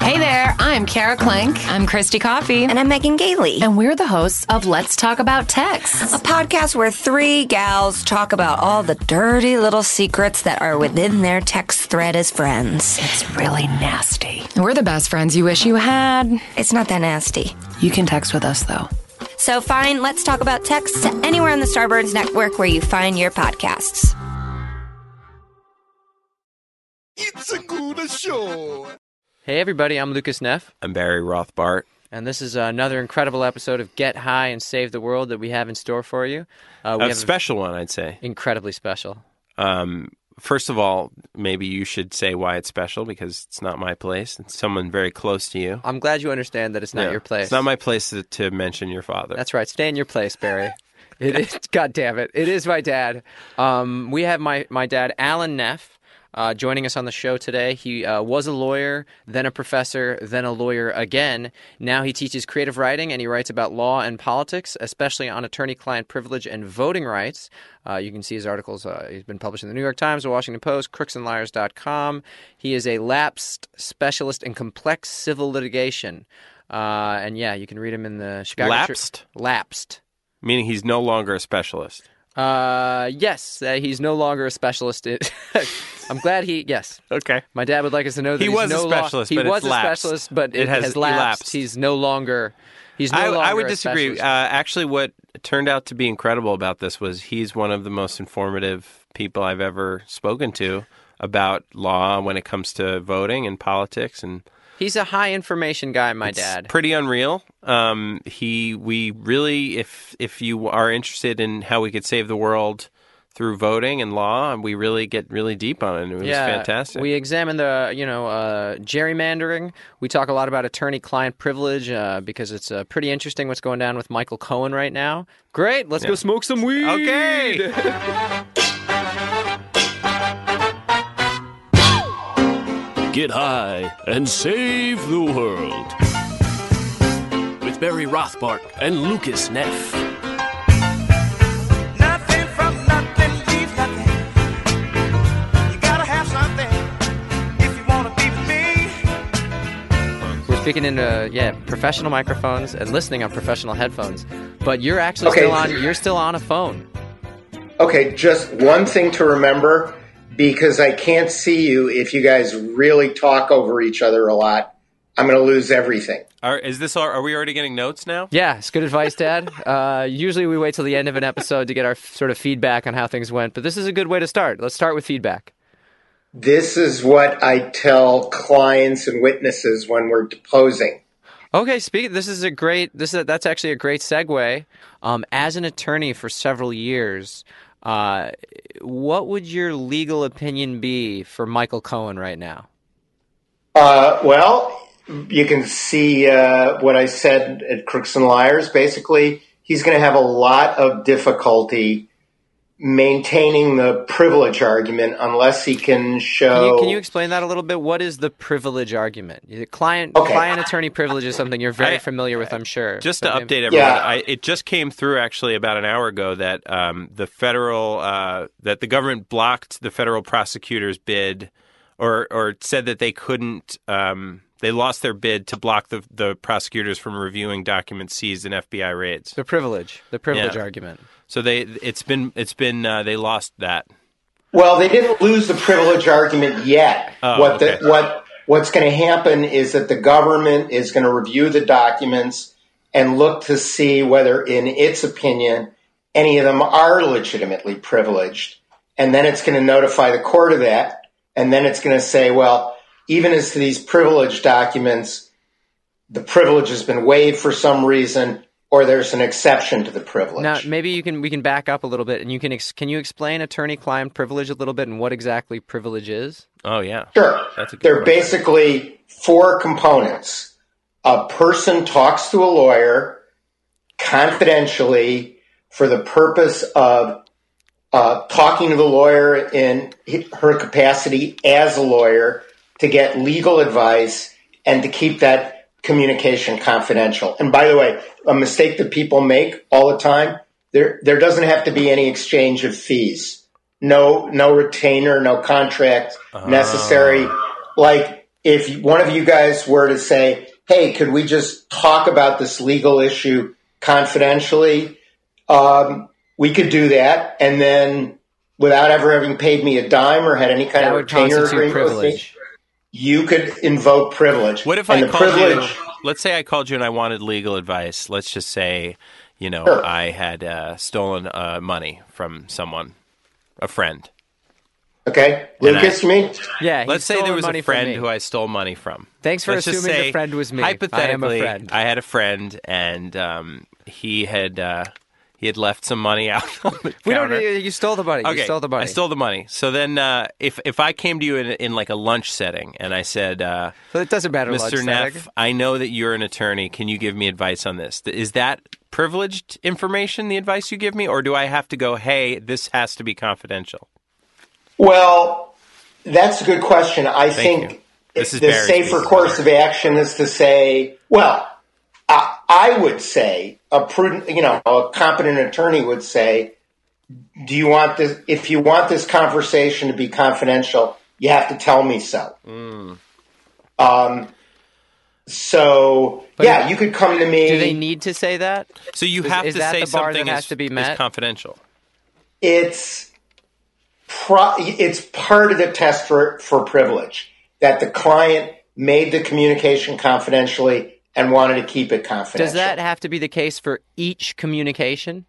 Hey there, I'm Kara Klink. I'm Christy Coffee. And I'm Megan Gailey. And we're the hosts of Let's Talk About Texts. a podcast where three gals talk about all the dirty little secrets that are within their text thread as friends. It's really nasty. We're the best friends you wish you had. It's not that nasty. You can text with us, though. So find Let's Talk About Texts anywhere on the Starburns Network where you find your podcasts. It's a good show. Hey, everybody, I'm Lucas Neff, I'm Barry Rothbart. and this is another incredible episode of Get High and Save the World that we have in store for you. Uh, we A have special one, I'd say. incredibly special. Um, first of all, maybe you should say why it's special because it's not my place. It's someone very close to you. I'm glad you understand that it's not Yeah. your place. It's not my place to, to mention your father. That's right. Stay in your place, Barry. It is. God damn it! It is my dad. Um, we have my my dad, Alan Neff, uh, joining us on the show today. He uh, was a lawyer, then a professor, then a lawyer again. Now he teaches creative writing and he writes about law and politics, especially on attorney-client privilege and voting rights. Uh, you can see his articles. Uh, he's been published in the New York Times, the Washington Post, crooksandliars.com. He is a lapsed specialist in complex civil litigation. Uh, and yeah, you can read him in the Chicago. Tri- Lapsed? lapsed. Meaning he's no longer a specialist. Uh, yes, uh, he's no longer a specialist. It- I'm glad he. Yes, Okay. my dad would like us to know that He he's was a no lo- specialist, he but was it's a lapsed. specialist, but it, It has has, lapsed. elapsed. He's no longer. He's no I, longer. I would a disagree. Uh, specialist. actually, what turned out to be incredible about this was he's one of the most informative people I've ever spoken to about law when it comes to voting and politics and he's a high information guy. My It's dad. Pretty unreal. Um, he, we really, if if you are interested in how we could save the world through voting and law, we really get really deep on it. and It was fantastic. We examine the, you know, uh, gerrymandering. We talk a lot about attorney-client privilege uh, because it's uh, pretty interesting what's going down with Michael Cohen right now. Great, let's go smoke some weed. okay. Get high and save the world. With Barry Rothbart and Lucas Neff. Nothing from nothing leaves nothing. You gotta have something if you wanna be with me. We're speaking into yeah professional microphones and listening on professional headphones, but you're actually still on. You're still on a phone. Okay, just one thing to remember because I can't see you if you guys really talk over each other a lot. I'm going to lose everything. Are, is this? Our, are we already getting notes now? Yeah, it's good advice, Dad. Uh, usually we wait till the end of an episode to get our f- sort of feedback on how things went, but this is a good way to start. Let's start with feedback. This is what I tell clients and witnesses when we're deposing. Okay, speak. This is a great. This is that's actually a great segue. Um, as an attorney for several years, uh, what would your legal opinion be for Michael Cohen right now? Uh, well, you can see uh, what I said at Crooks and Liars. Basically, he's going to have a lot of difficulty maintaining the privilege argument unless he can Can show. you, can you explain that a little bit? What is the privilege argument? The client Okay. client attorney privilege is something you're very I- familiar with, I'm sure. Just to So update maybe- everyone, Yeah. I, it just came through actually about an hour ago that um, the federal uh, that the government blocked the federal prosecutor's bid, or or said that they couldn't. Um, they lost their bid to block the the prosecutors from reviewing documents seized in FBI raids. the privilege, the privilege Yeah. argument. So they it's been it's been uh, they lost that. Well, they didn't lose the privilege argument yet. Oh, what okay. the, what what's going to happen is that the government is going to review the documents and look to see whether, in its opinion, any of them are legitimately privileged, and then it's going to notify the court of that, and then it's going to say, well, even as to these privileged documents, the privilege has been waived for some reason, or there's an exception to the privilege. Now, maybe you can we can back up a little bit, and you can ex- can you explain attorney-client privilege a little bit and what exactly privilege is? Oh yeah, Sure. That's a good There are question. basically four components. A person talks to a lawyer confidentially for the purpose of uh, talking to the lawyer in hi- her capacity as a lawyer to get legal advice and to keep that communication confidential. And by the way, a mistake that people make all the time there there doesn't have to be any Ah. exchange of fees. No no retainer, no contract necessary. Like, if one of you guys were to say, hey, could we just talk about this legal issue confidentially? Um, we could do that. And then without ever having paid me a dime or had any kind That of would retainer constitute agreement with me, privilege. you could invoke privilege. What if and I the called privilege? you? Let's say I called you and I wanted legal advice. Let's just say, you know, Sure. I had uh, stolen uh, money from someone, a friend. Okay, And Lucas, I- me. Yeah. he Let's say stole there was money a from friend me. who I stole money from. Thanks for Let's just assuming the say, friend was me. I am a Hypothetically, friend. I had a friend, and um, he had uh, he had left some money out on the We don't. counter. You stole the money. Okay, You stole the money. I stole the money. So then, uh, if if I came to you in, in like a lunch setting and I said, uh, So it doesn't matter. Mr. lunch Neff, setting. I know that you're an attorney. Can you give me advice on this? Th- Is that privileged information, the advice you give me, or do I have to go, hey, this has to be confidential? Well, that's a good question. I think you. This is the Barry safer speaking. course of action is to say, well, I, I would say a prudent, you know, a competent attorney would say, do you want this? If you want this conversation to be confidential, you have to tell me so. Um, so yeah, you could come to me. Do they need to say that? So you Is- have is to that say the bar that something has is, to be is met? confidential. it's pro- it's part of the test for, for privilege that the client made the communication confidentially and wanted to keep it confidential. Does that have to be the case for each communication?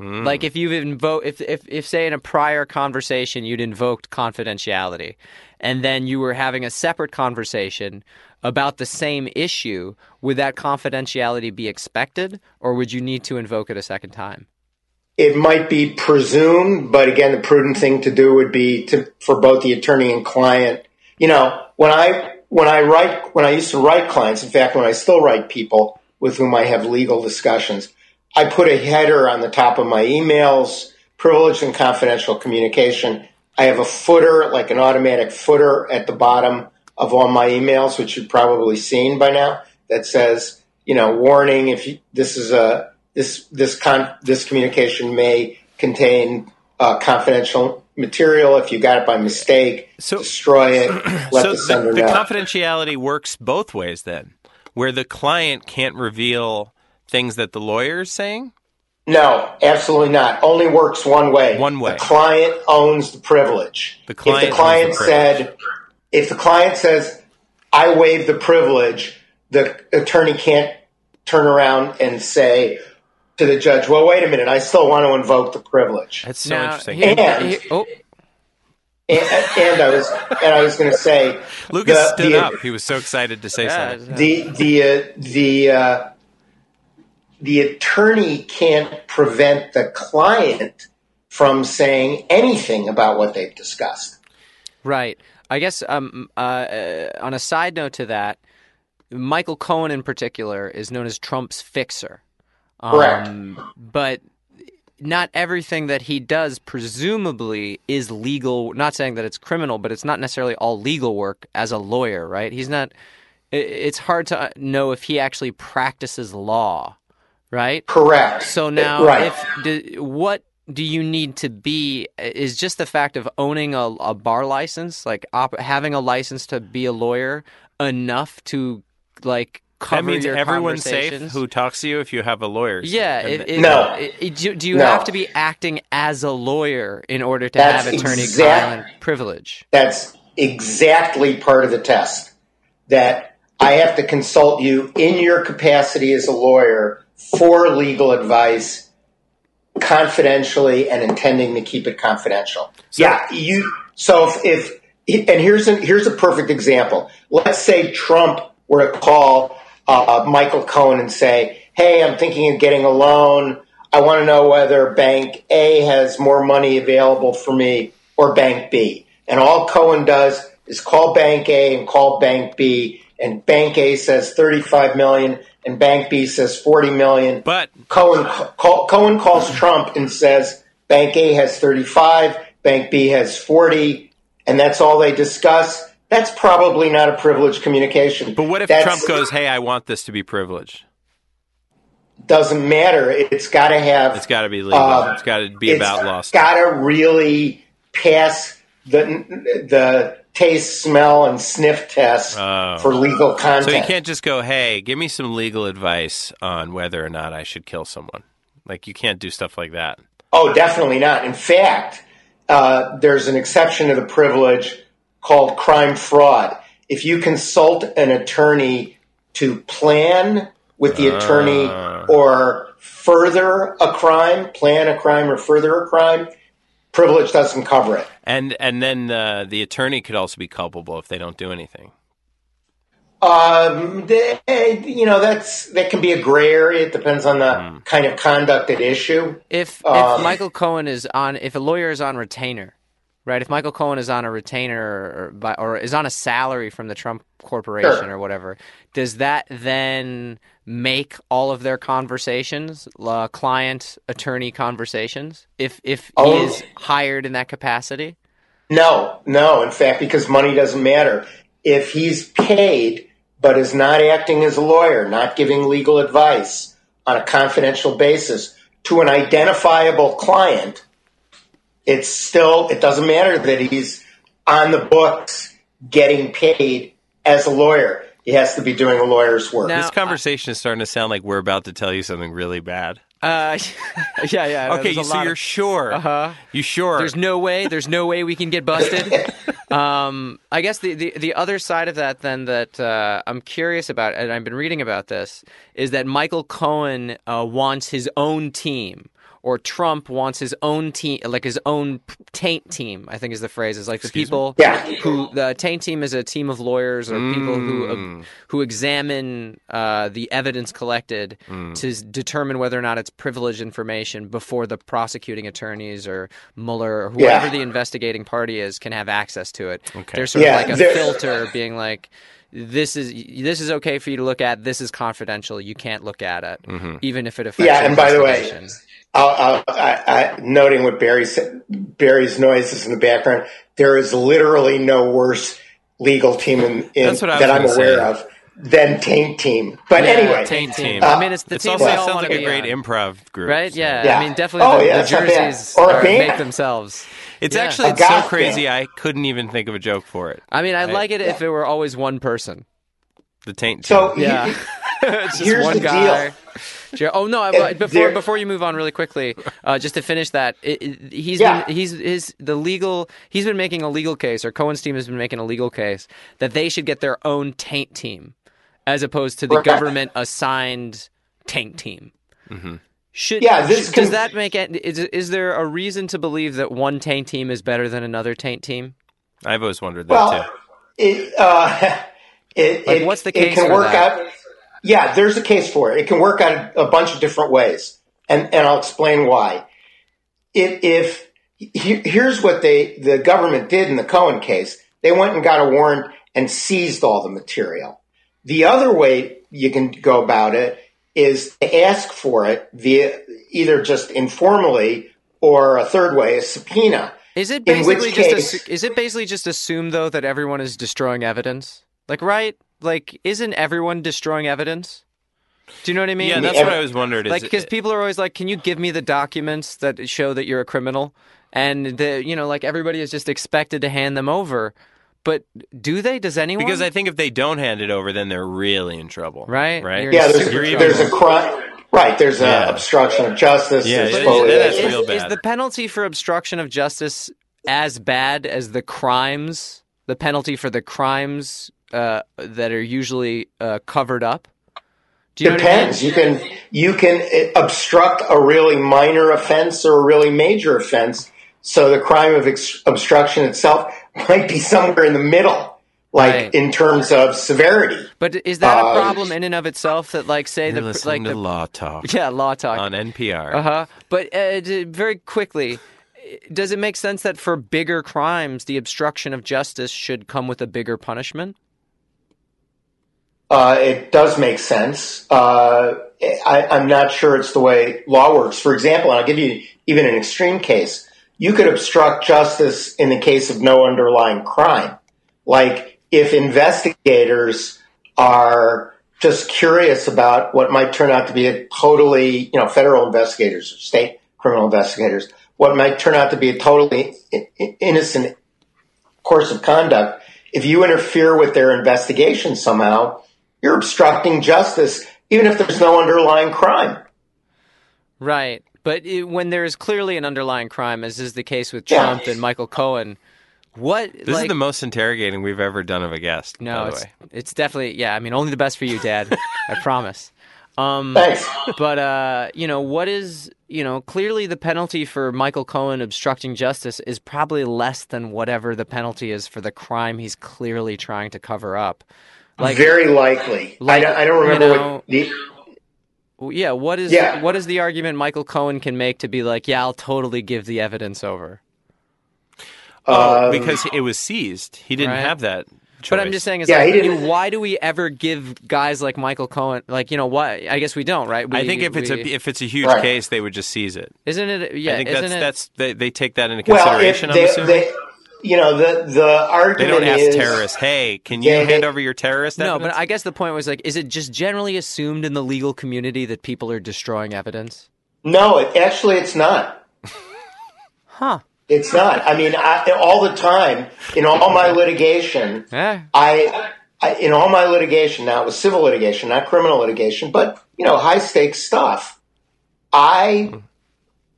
Mm. Like if you've invoked, if, if if say in a prior conversation you'd invoked confidentiality, and then you were having a separate conversation about the same issue, would that confidentiality be expected, or would you need to invoke it a second time? it might be presumed, but again, the prudent thing to do would be to for both the attorney and client. You know, when I when I write when I used to write clients, in fact, when I still write people with whom I have legal discussions, I put a header on the top of my emails, privileged and confidential communication. I have a footer, like an automatic footer at the bottom of all my emails, which you've probably seen by now, that says, you know, warning if you, this is a this this con- this communication may contain uh, confidential material. If you got it by mistake, So- destroy it. Let the so sender the, the know. confidentiality works both ways then, where the client can't reveal things that the lawyer is saying. no, absolutely not. Only works one way. One way. The client owns the privilege. The client if owns the client the privilege. said, if the client says, I waive the privilege, the attorney can't turn around and say to the judge, well, wait a minute, I still want to invoke the privilege. That's so Now, interesting. here- And- here- oh, and, and I was and I was going to say, Lucas the- stood the- up. He was so excited to say yeah, something. The the uh, the uh, the attorney can't prevent the client from saying anything about what they've discussed. Right. I guess um, uh, uh, on a side note to that, Michael Cohen in particular is known as Trump's fixer. Correct. Um, But not everything that he does presumably is legal. Not saying that it's criminal, but it's not necessarily all legal work as a lawyer, right? He's not. i- It's hard to uh, know if he actually practices law, right? Correct. So now, Uh, right. if do, what do you need to be is just the fact of owning a, a bar license, like op, having a license to be a lawyer, enough to like That cover means your everyone's safe conversations? who talks to you if you have a lawyer. Yeah, And it, th- it, No. it- it- do, do you No. have to be acting as a lawyer in order to That's have attorney exact- client privilege? That's exactly part of the test. That I have to consult you in your capacity as a lawyer for legal advice confidentially and intending to keep it confidential. yeah, you so if, if and here's an, here's a perfect example. Let's say Trump were to call uh, Michael Cohen and say, "Hey, I'm thinking of getting a loan. I want to know whether bank A has more money available for me or bank B." And all Cohen does is call bank A and call bank B, and bank A says 35 million and bank B says 40 million. But Cohen call, Cohen calls Trump and says Bank A has 35, Bank B has 40, and that's all they discuss. That's probably not a privileged communication. but what if That's- Trump goes, "Hey, I want this to be privileged. Doesn't matter. It's got to have. It's got to be legal. Uh, it's got to be about law." stuff. got to really pass the the taste, smell, and sniff test Oh. for legal So content. you can't just go, "Hey, give me some legal advice on whether or not I should kill someone." Like you can't do stuff like that. Oh, definitely not. In fact, uh, there's an exception to the privilege called crime fraud. If you consult an attorney to plan with the attorney or further a crime, plan a crime or further a crime, privilege doesn't cover it. And and then uh, the attorney could also be culpable if they don't do anything. Um, the, eh, you know, that's that can be a gray area. It depends on the kind of conduct at issue. If if Um, Michael Cohen is on, if a lawyer is on retainer, right? If Michael Cohen is on a retainer or by, or is on a salary from the Trump Corporation Sure. or whatever, does that then make all of their conversations uh, client attorney conversations? If if Oh. he is hired in that capacity, No, no. In fact, because money doesn't matter. If he's paid but is not acting as a lawyer, not giving legal advice on a confidential basis to an identifiable client, it's still, it doesn't matter that he's on the books getting paid as a lawyer. He has to be doing a lawyer's work. Now- uh, This conversation is starting to sound like we're about to tell you something really bad. uh, yeah, yeah. no, Okay, there's a so lot you're of- sure? Uh-huh. You sure? There's no way. There's no way we can get busted. Um, I guess the, the, the other side of that, then, that uh, I'm curious about, and I've been reading about this, is that Michael Cohen uh, wants his own team. Or Trump wants his own team, like his own taint team. I think is the phrase. Is like the people Yeah. who the taint team is a team of lawyers or people Hmm. who uh, who examine uh, the evidence collected Hmm. to s- determine whether or not it's privileged information before the prosecuting attorneys or Mueller or whoever Yeah. the investigating party is can have access to it. There's sort Yeah, of like a there- filter being like. This is this is okay for you to look at. This is confidential. You can't look at it, even if it affects. Mm-hmm. Yeah, your and by the way- investigation. I'll, I'll, I, I, noting what Barry said, Barry's noise is in the background. There is literally no worse legal team in, in, That's what I that I'm was aware gonna of than Taint Team. But anyway, taint team. Uh, I mean, it's the It's team also we it all sounds want like to a be great on. improv group, Right? Yeah. Yeah. I mean, definitely Oh, the, yeah, the that's not bad. jerseys Or a are, band. make themselves. It's Yeah. actually A it's so goth crazy. I couldn't even think of a joke for it. I mean, I like it if it were always one person. The taint. Team. so Yeah. he- here's one the guy. deal. Jer- Oh no! I, Uh, before there- before you move on, really quickly, uh, just to finish that, it, it, he's Yeah. been, he's his the legal he's been making a legal case, or Cohen's team has been making a legal case that they should get their own taint team, as opposed to the Correct. government assigned taint team. Should Yeah, this should- can- does that make it, is is there a reason to believe that one taint team is better than another taint team? I've always wondered that Well, too. it, uh, it, Like, it, what's the it case can for work that? out. Yeah, there's a case for it. It can work out a, a bunch of different ways, and and I'll explain why. If, if he- here's what they the government did in the Cohen case, they went and got a warrant and seized all the material. The other way you can go about it is to ask for it via either just informally or a third way, a subpoena. Is it In which basically just case- assu- is it basically just assume though that everyone is destroying evidence? Like right? Like isn't everyone destroying evidence? Do you know what I mean? Yeah, that's ev- what I always wondered. Is like because people are always like, "Can you give me the documents that show that you're a criminal?" And the you know like everybody is just expected to hand them over, but do they? Does anyone? because I think if they don't hand it over, then they're really in trouble. Right? Right. You're in Yeah, super there's, there's a crime. Right, there's a Yeah. obstruction of justice. Yeah, there's it is- foliation. that's is, real is bad. the penalty for obstruction of justice as bad as the crimes? The penalty for the crimes uh, that are usually uh, covered up. Do you know what I mean? Depends. You can you can uh, obstruct a really minor offense or a really major offense. So the crime of ex- obstruction itself might be somewhere in the middle, like Right. in terms of severity. But is that a Uh, problem in and of itself? That like say You're the listening like to the Law Talk yeah law talk on NPR. Uh-huh. But uh, d- very quickly, does it make sense that for bigger crimes, the obstruction of justice should come with a bigger punishment? Uh, it does make sense. Uh, I, I'm not sure it's the way law works. For example, and I'll give you even an extreme case. You could obstruct justice in the case of no underlying crime. Like if investigators are just curious about what might turn out to be a totally, you know, federal investigators or state criminal investigators, what might turn out to be a totally i- i- innocent course of conduct, if you interfere with their investigation somehow, you're obstructing justice, even if there's no underlying crime. Right. But it, when there is clearly an underlying crime, as is the case with Yeah. Trump and Michael Cohen, what This like, is the most interrogating we've ever done of a guest. No, by the it's, way. it's definitely yeah. I mean, only the best for you, Dad. I promise. Hmm. Um, Thanks. but uh, you know what is you know clearly the penalty for Michael Cohen obstructing justice is probably less than whatever the penalty is for the crime he's clearly trying to cover up. Like Very likely. like, I, don't, I don't you remember know- what the. yeah, what is Yeah. what is the argument Michael Cohen can make to be like, yeah, I'll totally give the evidence over. Oh, um, because it was seized. He didn't Right. have that. Choice. But I'm just saying, it's Yeah, like, he didn't- e- why do we ever give guys like Michael Cohen, like you know, why? I guess we don't, right? I We- think if it's we- a if it's a huge Right. case, they would just seize it. Isn't it? Yeah, I think isn't that's it? that's they, they take that into Well, if consideration. I'm they, assuming they, you know, the, the They argument don't ask is. terrorists, "Hey, can you Yeah, hand they- over your terrorist?" no, but evidence?" I guess the point was like, is it just generally assumed in the legal community that people are destroying evidence? No, it, actually, it's not. Huh? It's not. I mean, I, all the time in all my litigation, Eh. Yeah. I, I in all my litigation now it was civil litigation, not criminal litigation, but you know high stakes stuff. I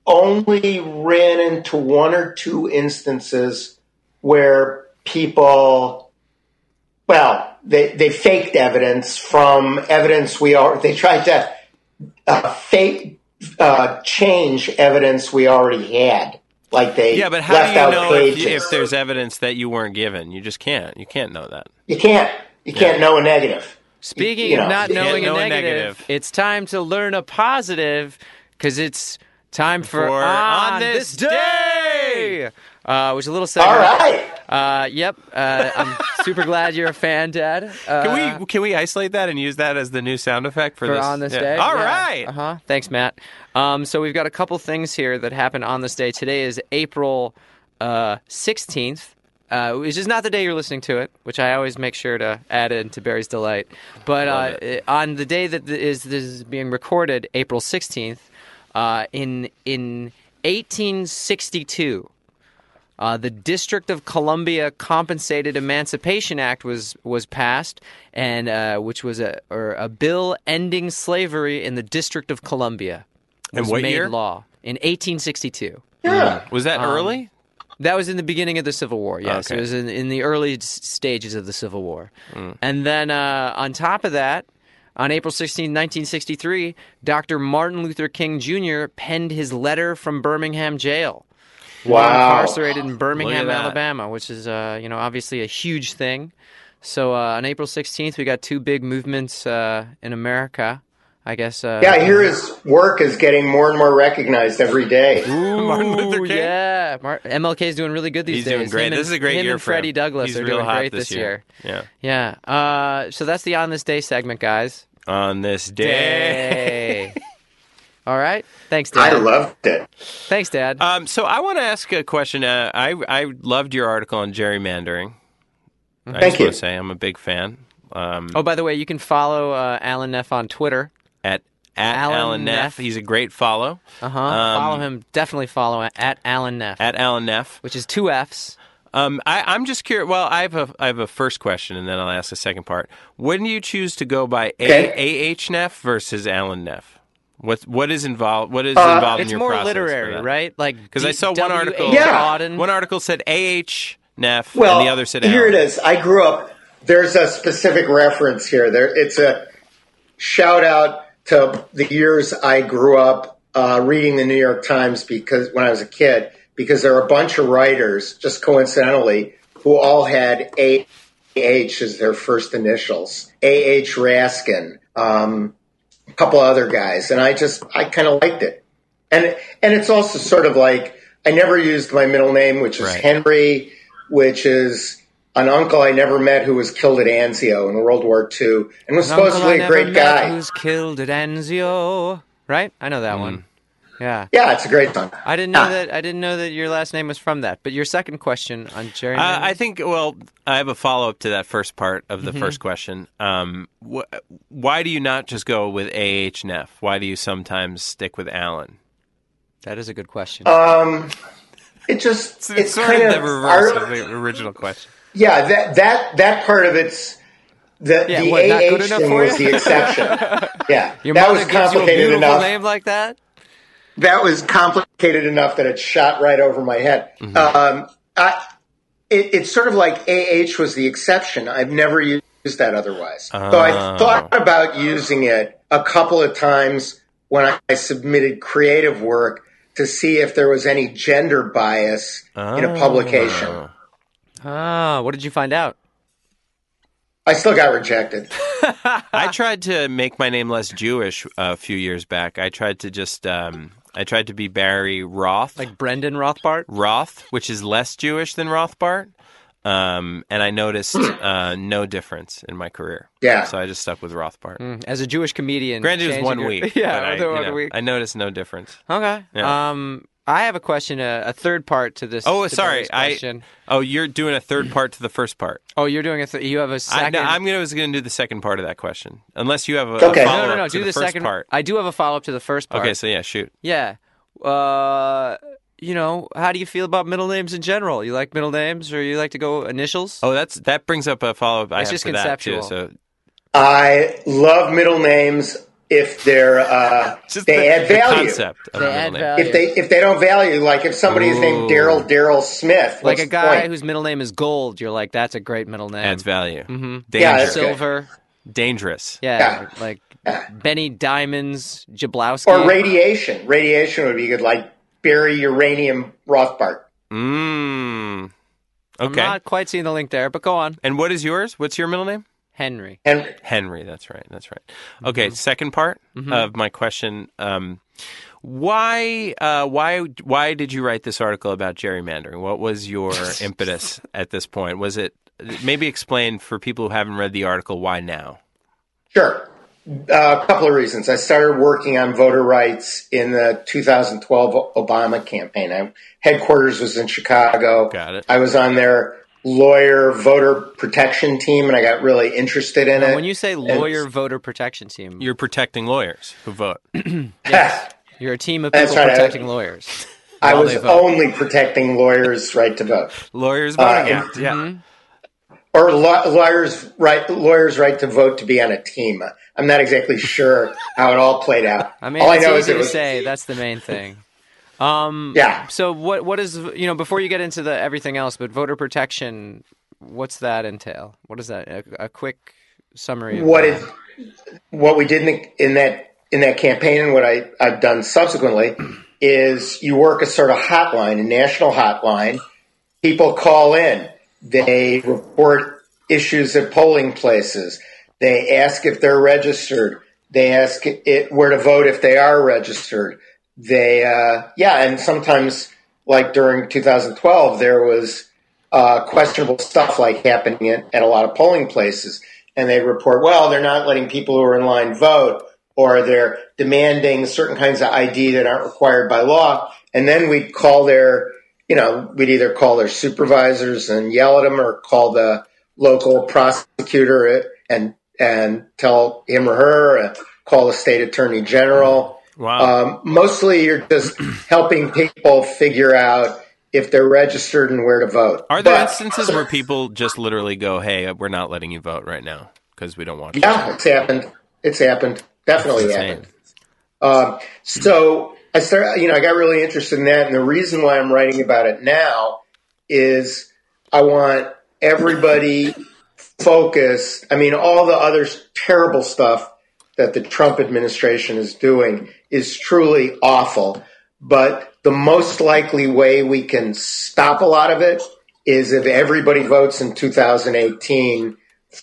only ran into one or two instances where people, well, they they faked evidence from evidence we are. They tried to uh, fake uh, change evidence we already had. Like they yeah, but how left do you out know if, pages. you, if there's evidence that you weren't given? You just can't. You can't know that. you can't you can't know a negative. Speaking You of know, not you can't knowing know a a negative, negative. it's time to learn a positive because it's time for, For on, On this, This day, uh, which is a little sad. All right. Uh, yep. Uh, I'm super glad you're a fan, Dad. Uh, Can we can we isolate that and use that as the new sound effect for, for this? on this yeah. day. All right. Uh huh. Thanks, Matt. Um, so we've got a couple things here that happened on this day. Today is April uh, sixteenth. Uh, which is not the day you're listening to it, which I always make sure to add in to Barry's delight. But uh, on the day that th- is this is being recorded, April 16th, uh, in in 1862, uh, the District of Columbia Compensated Emancipation Act was was passed, and uh, which was a or a bill ending slavery in the District of Columbia. It And was what made year? law in 1862. Was Um, that early? That was in the beginning of the Civil War. Yes, Okay. Mm. it was in, in the early s- stages of the Civil War, and then uh, on top of that, on April 16, 1963, Dr. Martin Luther King Jr. penned his letter from Birmingham jail Wow. incarcerated in Birmingham, that. Alabama, which is uh, you know obviously a huge thing. So uh, on April 16th, we got two big movements uh, in America. I guess. Uh, Yeah, I hear his work is getting more and more recognized every day. Martin Luther Ooh, King? Yeah, Mar- MLK is doing really good these He's days. doing great. Him and- this is a great him year and for Freddie him. Douglas He's are real doing hot great this year. Yeah. Yeah. Uh, so that's the on this day segment, guys. On this day. Yay. All right. Thanks, Dad. I loved it. Thanks, Dad. Um, so I want to ask a question. Uh, I I loved your article on gerrymandering. I Thank just you. want to say I'm a big fan. Um, oh, by the way, you can follow uh, Alan Neff on Twitter. at at Alan Alan, Neff. Neff. he's a great follow. Uh huh. Um, follow him. Definitely follow a- at Alan Neff, At Alan Neff. which is two F's. Um, I, I'm just curious. Well, I have a I have a first question, and then I'll ask the second part. When do you choose to go by Okay. A H Neff versus Alan Neff? What what is involved? What is Uh, involved in It's your more process for literary, that? right? Like Because I D- saw one W.H. article. Yeah. Auden. One article said A H Neff, Well, and the other said here Alan. it is. I grew up. There's a specific reference here. There, it's a shout out to the years I grew up uh, reading the New York Times because when I was a kid, because there are a bunch of writers just coincidentally who all had A H as their first initials. A H Raskin, um, a couple other guys, and I just I kind of liked it. And and it's also sort of like I never used my middle name, which is Right. Henry, which is an uncle I never met who was killed at Anzio in World War II and was Uncle I supposedly a never great met guy. Who's killed at Anzio? Right? I know Mm. that one. Yeah, yeah, it's a great song. I didn't Ah. know that. I didn't know that your last name was from that. But your second question on Jerry. Uh, I think. Well, I have a follow up to that first part of the Mm-hmm. first question. Um, wh- why do you not just go with A H Neff? Why do you sometimes stick with Alan? Uh, that is a good question. Um, It just It's, it's sort of the reverse our- of the original question. yeah, that that that part of it's the Yeah, the what, not good AH enough thing for was you? the exception. yeah, Your that mother was gives you a complicated beautiful enough. name like that. That was complicated enough that it shot right over my head. Mm-hmm. Um, I, it, it's sort of like AH was the exception. I've never used that otherwise. So Ah. I thought about using it a couple of times when I, I submitted creative work to see if there was any gender bias in a publication. Ah, what did you find out? I still got rejected. I tried to make my name less Jewish a few years back. I tried to just um, I tried to be Barry Roth, Like Brendan Rothbart? Roth, which is less Jewish than Rothbart. Um, and I noticed Hmm. uh, no difference in my career. Yeah. So I just stuck with Rothbart. As a Jewish comedian. Granted, it was Mm-hmm. changing one your- week. Yeah, but I, it was you one know, week. I noticed no difference. Okay. Yeah. Um, I have a question, a, a third part to this. Oh, to sorry. Barry's I question. oh, you're doing a third part to the first part. Oh, you're doing a. Th- you have a I, second. no, I'm gonna was gonna do the second part of that question, unless you have a, Okay. a No, follow no, no, no. up Do to the, the, first second part. I do have a follow up to the first part. Okay, so yeah, shoot. Yeah. Uh, you know, how do you feel about middle names in general? You like middle names, or you like to go initials? Oh, that's that brings up a follow up. I It's have just to conceptual. That too, so I love middle names if they're uh, just they the, add the value. concept of They a add middle name. value. If they if they don't value, like if somebody is named Ooh. Daryl Daryl Smith, like what's a the guy point? whose middle name is Gold. You're like, that's a great middle name. Adds value. Mm-hmm. Danger. Yeah, it's good. Silver. Dangerous. Yeah. Yeah. Like Benny Diamonds, Jablowski. or radiation. Radiation would be good, like Barry Uranium Rothbart. Mm. I'm Okay. not quite seeing the link there, but go on. And what is yours? What's your middle name? Henry. And Henry. That's right. That's right. Okay. Mm-hmm. Second part of my question. Um, why? Uh, why? Why did you write this article about gerrymandering? What was your impetus at this point? Was it maybe explain for people who haven't read the article why now? sure, uh, a couple of reasons. I started working on voter rights in the 2012 Obama campaign. I, headquarters was in Chicago. Got it. I was on their lawyer voter protection team, and I got really interested in it. When you say lawyer voter protection team, you're, You're protecting lawyers who vote. Uh, a team of That's people right, I- protecting lawyers. I was they vote. only protecting lawyers' right to vote. Lawyers voting Uh, Mm-hmm. act. Yeah. or law- lawyers right lawyers right to vote to be on a team. I'm not exactly sure how it all played out. I mean, all it's know is easy it to was- say. That's the main thing. Yeah, So what what is you know before you get into the everything else, but voter protection, what's that entail? What is that? A, a quick summary. Of what that. it what we did in, the, in that in that campaign and what I I've done subsequently is you work a sort of hotline, a national hotline. People call in. They report issues at polling places. They ask if they're registered. They ask it, where to vote if they are registered. They, uh, yeah, and sometimes, like during 2012, there was uh, questionable stuff like happening at, at a lot of polling places. And they report, well, they're not letting people who are in line vote, or they're demanding certain kinds of ID that aren't required by law. And then we'd call their, you know, we'd either call their supervisors and yell at them or call the local prosecutor and, and tell him or her, uh, call the state attorney general. Wow. Um, mostly you're just helping people figure out if they're registered and where to vote. Are there But- instances where people just literally go, "Hey, we're not letting you vote right now because we don't want you." Yeah, it's happened. It's happened. Definitely Insane. happened. Um, so I started, you know, I got really interested in that. And the reason why I'm writing about it now is I want everybody focused. I mean, all the other terrible stuff that the Trump administration is doing is truly awful. But the most likely way we can stop a lot of it is if everybody votes in 2018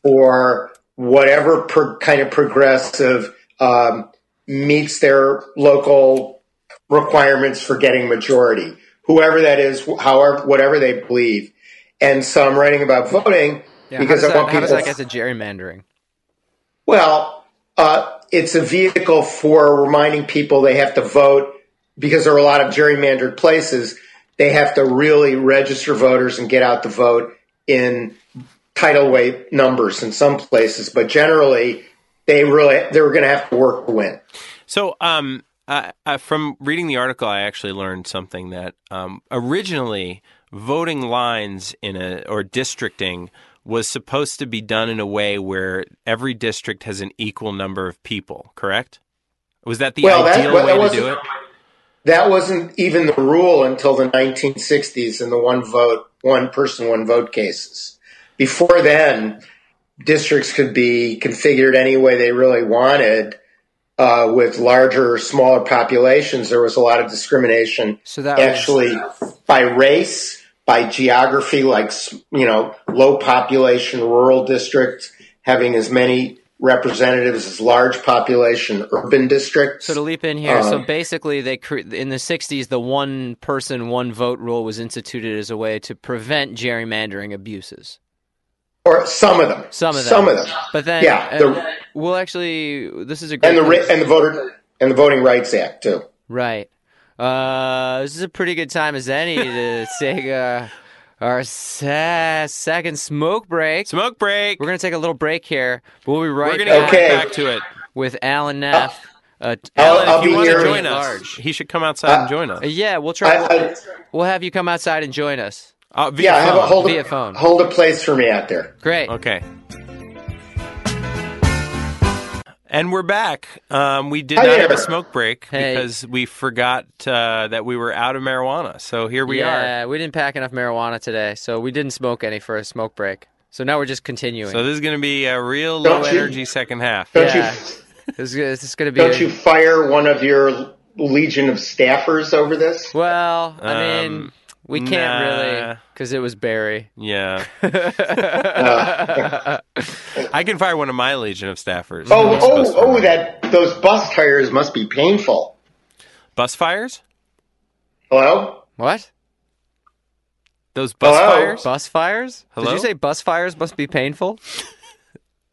for whatever pro- kind of progressive um, meets their local requirements for getting majority, whoever that is, wh- however, whatever they believe. And so I'm writing about voting Yeah, because how does, I want that, how people. does that get to gerrymandering? Well, uh, it's a vehicle for reminding people they have to vote because there are a lot of gerrymandered places. They have to really register voters and get out the vote in tidal wave numbers in some places, but generally they really they're going to have to work to win. So, um, uh, uh, from reading the article, I actually learned something that um, originally voting lines in a or districting was supposed to be done in a way where every district has an equal number of people. Correct? Was that the Well, that- ideal well, that way to wasn't- do it? That wasn't even the rule until the 1960s in the one vote, one person, one vote cases. Before then, districts could be configured any way they really wanted. Uh, with larger or smaller populations, there was a lot of discrimination So that was- actually by race, by geography, like, s- you know, low population rural districts having as many representatives as large population urban districts. So to leap in Uh-huh. here, so basically, they cre- in the '60s, the one person, one vote rule was instituted as a way to prevent gerrymandering abuses. or some of them. Some of them. Some of them. But then, yeah, uh, the- we'll actually. This is a great and the place- ra- and the voter and the Voting Rights Act too. right. Uh, this is a pretty good time as any to take uh, our se- second smoke break. Smoke break. We're gonna take a little break here. but We'll be right We're going to back get Oh. Okay. back to it. with Alan Neff. Uh, t- I'll- Alan, I'll if If you be want wanna to here. join join us, us, he should come outside and join us. Uh, yeah, we'll try. I, I, we'll have you come outside and join us. Uh, via yeah, I have a phone. hold Via a, phone. hold a place for me out there. Great. Okay. And we're back. Um, we did Hi not have a there. smoke break Hey. because we forgot uh, that we were out of marijuana. So here we are. yeah, we didn't pack enough marijuana today, so we didn't smoke any for a smoke break. So now we're just continuing. So this is going to be a real low Don't you- energy second half. Don't Yeah. you this, is, this is going to be. don't a- you fire one of your legion of staffers over this? Well, I mean, Um, we can't really 'cause nah. really because it was Barry. Yeah. Uh, I can fire one of my legion of staffers. oh I'm oh supposed to oh! fire. That those bus tires must be painful. bus fires? Hello. What? Those bus Hello? fires? Bus fires? Did Hello? you say bus fires must be painful?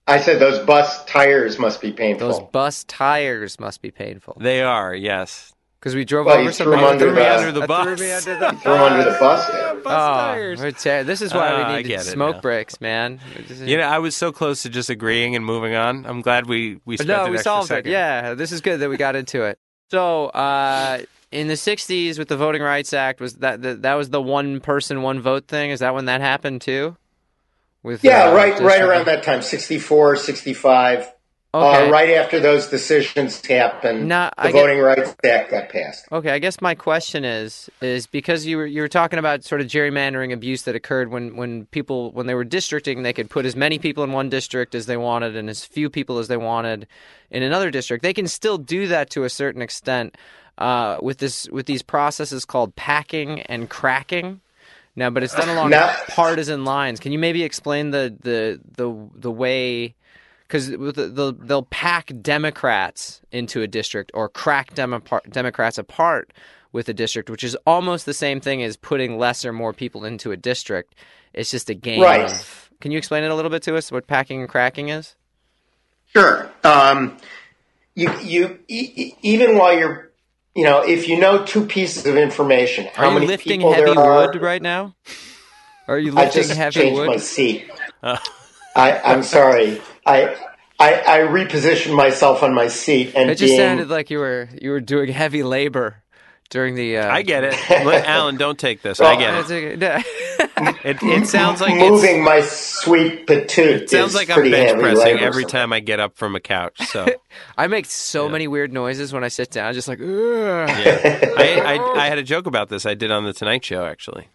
I said those bus tires must be painful. Those bus tires must be painful They are. Yes. because we drove Well, you over threw 'em somebody. under Threw me the- under the I bus. threw me under the Throw 'em under the bus. there. bus Oh, tires. we're ter- this is why Ah, I we need get it smoke now. breaks, man. You know, I was so close to just agreeing and moving on. I'm glad we we spent no, an we extra solved second. it. Yeah, this is good that we got into it. So, uh, in the '60s, with the Voting Rights Act, was that that, that was the one person, one vote thing? Is that when that happened too? With Yeah, uh, right, right district- around that time, 64, 65, Okay. uh, right after those decisions happened, Nah, the I get- Voting Rights Act got passed. Okay, I guess my question is is because you were you were talking about sort of gerrymandering abuse that occurred when when people when they were districting they could put as many people in one district as they wanted and as few people as they wanted in another district. They can still do that to a certain extent uh, with this with these processes called packing and cracking. Now, but it's done along Now- partisan lines. Can you maybe explain the the the the way? because they'll, they'll pack Democrats into a district or crack Demo- Democrats apart with a district, which is almost the same thing as putting less or more people into a district. It's just a game. Right. Of, can you explain it a little bit to us what packing and cracking is? Sure. Um, you, you, e- e- even while you're, you know, if you know two pieces of information, Are how you many lifting people heavy there are, wood right now? Are you I lifting just heavy changed wood? Uh. my seat. I, I'm sorry. I, I, I repositioned myself on my seat and It just being, sounded like you were you were doing heavy labor during the. Uh, I get it. Let- Alan, don't take this. I get It's it. okay. No. It, it sounds like it's, moving my sweet patoot. it sounds is like I'm pretty bench heavy pressing labor every sometimes. time I get up from a couch. So I make so many weird noises when I sit down, just like. "Ugh." yeah. I, I, I had a joke about this. I did on the Tonight Show actually.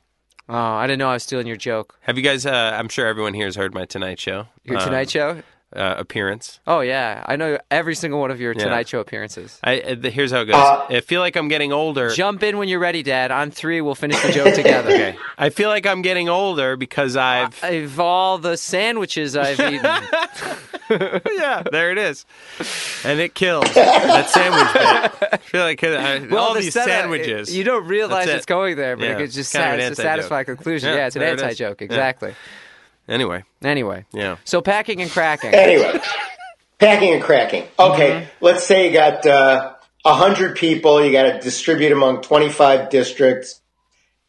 Oh, I didn't know I was stealing your joke. Have you guys? Uh, I'm sure everyone here has heard my Tonight Show. Your um, Tonight Show? uh, appearance. Oh yeah, I know every single one of your Yeah. Tonight Show appearances. I uh, the, here's how it goes. Uh, I feel like I'm getting older. Jump in when you're ready, Dad. On three, we'll finish the joke together. Okay. I feel like I'm getting older because I've Of all the sandwiches I've eaten, yeah, there it is. And it kills that sandwich. bit. I feel like uh, I, all the these setup, sandwiches. it- you don't realize That's it. it's going there, but Yeah, it's just kind sat, of an it's a anti-joke. satisfying conclusion. Yeah, Yeah, it's an there it is. anti joke, Yeah. exactly. anyway, Anyway, yeah. so packing and cracking. anyway, packing and cracking. Okay, Mm-hmm. let's say you got uh, 100 people, you got to distribute among 25 districts.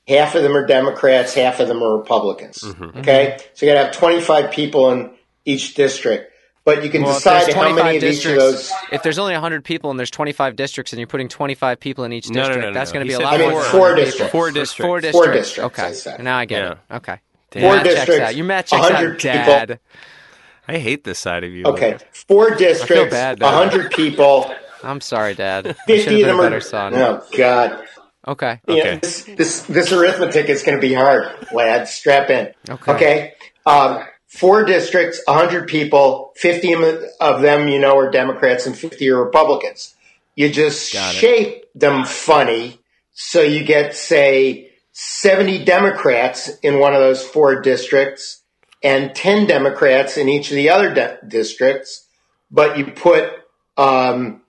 Half of them are Democrats, Mm-hmm. half of them are Republicans. Okay, so you got to have 25 people in each district. but you can Well, if decide there's how 25 many of each of districts, those. If there's only 100 people and there's 25 districts and you're putting 25 people in each No, no, no, district, no, that's no. going to He be a lot said four. more. than Four 100 districts. people. Four Four districts. districts. Four districts, I Okay. said. Now I get it. Yeah. Okay. Four Math checks districts, out. Your math checks 100 out, people. Dad. I hate this side of you. Okay, four districts, bad, though. hundred people, I'm sorry, Dad. I should have fifty of been a them better are. son. Oh God. Okay. Yeah, Okay. this, this this arithmetic is going to be hard, lads. Strap in. Okay. Um, four districts, 100 people, 50 of- of them, you know, are Democrats and 50 are Republicans. You just shape them funny so you get, say, 70 Democrats in one of those four districts and 10 Democrats in each of the other de- districts, but you put um,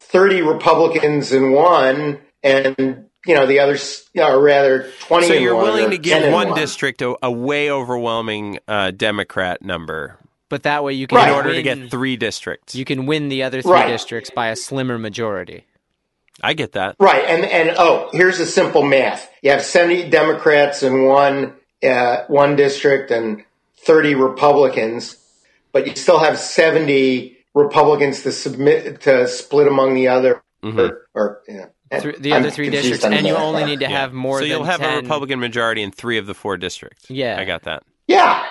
30 Republicans in one and you know the others, or rather, twenty. So in you're one willing or to 10 give in one district a, a way overwhelming uh, Democrat number But that way you can Right. in order to win- get three districts. you can win the other three Right. districts by a slimmer majority. I get that. Right, and and oh, here's a simple math: you have seventy Democrats in one uh, one district and thirty Republicans, but you still have seventy Republicans to submit to split among the other or, or, you know, Th- Mm-hmm. the I'm other three confused districts, on the and you math. only need to Yeah. have more So than you'll have 10, a Republican majority in three of the four districts. Yeah. I got that. yeah,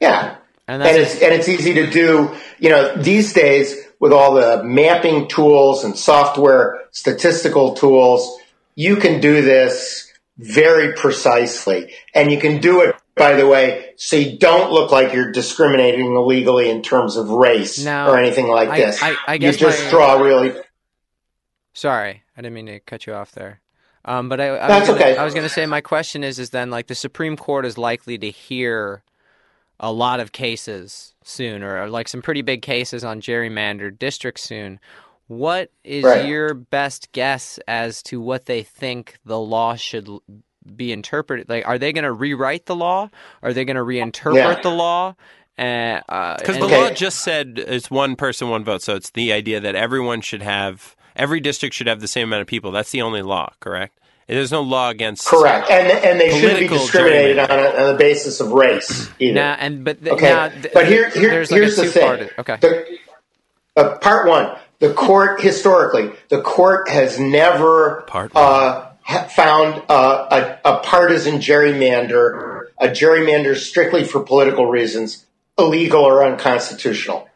yeah. And and that's it's and it's easy to do. You know, these days with all the mapping tools and software, statistical tools, you can do this very precisely, and you can do it. By the way, so you don't look like you're discriminating illegally in terms of race No. or anything like I- this. I- I you guess just my- uh, draw really Sorry, I didn't mean to cut you off there. Um, but I, I That's was gonna, okay. I was going to say my question is is then like the Supreme Court is likely to hear a lot of cases soon, or like some pretty big cases on gerrymandered districts soon. What is Right. your best guess as to what they think the law should l- be interpreted? Like, are they going to rewrite the law? Are they going to reinterpret Yeah. the law? Because uh, Because and- the law Okay. just said it's one person, one vote. So it's the idea that everyone should have, every district should have the same amount of people. That's the only law, correct? And There's no law against. correct, and and they shouldn't be Political discriminated on, gerrymandering. on the basis of race either. now and but th- Okay, now th- but here, here there's like a here's the thing. two-parted- Okay, The- uh, part one: the court historically, the court has never Part one. uh, ha- found uh, a, a partisan gerrymander, a gerrymander strictly for political reasons, illegal or unconstitutional.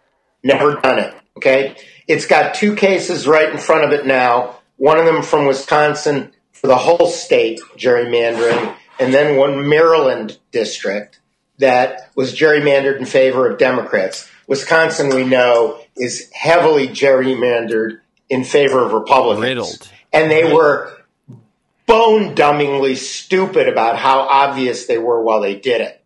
Never done it. Okay, it's got two cases right in front of it now. One of them from Wisconsin for the whole state gerrymandering, and then one Maryland district that was gerrymandered in favor of Democrats. Wisconsin, we know, is heavily gerrymandered in favor of Republicans. Riddled. And they were bone dumbingly stupid about how obvious they were while they did it.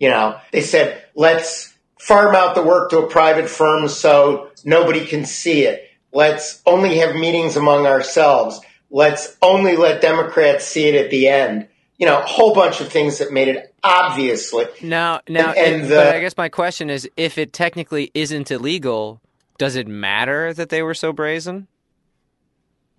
You know, they said, let's farm out the work to a private firm so nobody can see it. Let's only have meetings among ourselves. Let's only let Democrats see it at the end. You know, a whole bunch of things that made it obviously. Now, now, and and- the- but I guess my question is, if it technically isn't illegal, does it matter that they were so brazen?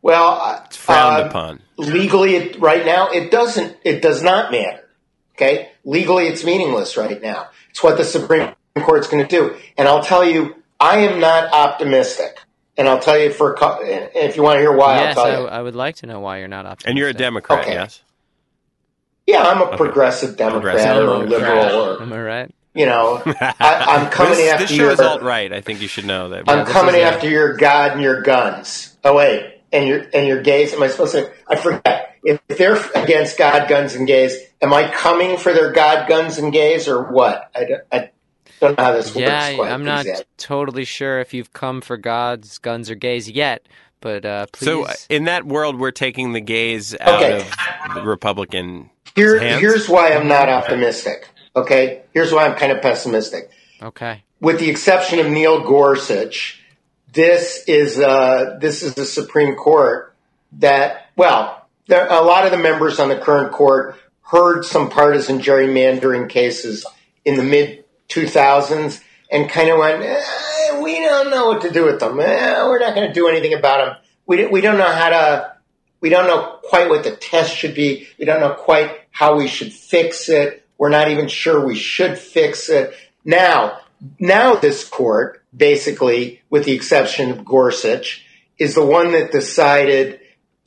Well, It's frowned uh, upon. legally it, right now it doesn't it does not matter okay legally it's meaningless right now it's what the supreme court's going to do and i'll tell you i am not optimistic and i'll tell you for a cou- if you want to hear why yes, i'll I, tell you I would like to know why you're not optimistic. And you're a Democrat, Okay. yes? yeah i'm a progressive democrat Progressive or a liberal or Am I right? you know I, i'm coming this, after this your show is alt right. I think you should know that. i'm coming after your god and your guns oh wait and your and your gays am i supposed to i forget if they're against god guns and gays am i coming for their god guns and gays or what i don't, I don't know how this Yeah, works quite I'm not exactly. totally sure if you've come for God's guns or gays yet, but uh, please. so uh, in that world, we're taking the gays out Okay. of the Republican. Here, hands? here's why i'm not optimistic okay here's why i'm kind of pessimistic okay, with the exception of Neil Gorsuch, this is uh, this is the Supreme Court that well, there, a lot of the members on the current court heard some partisan gerrymandering cases in the mid 2000s and kind of went, eh, we don't know what to do with them. Eh, we're not going to do anything about them. We don't- we don't know how to we don't know quite what the test should be. We don't know quite how we should fix it. We're not even sure we should fix it. Now, Now, this court, basically, with the exception of Gorsuch, is the one that decided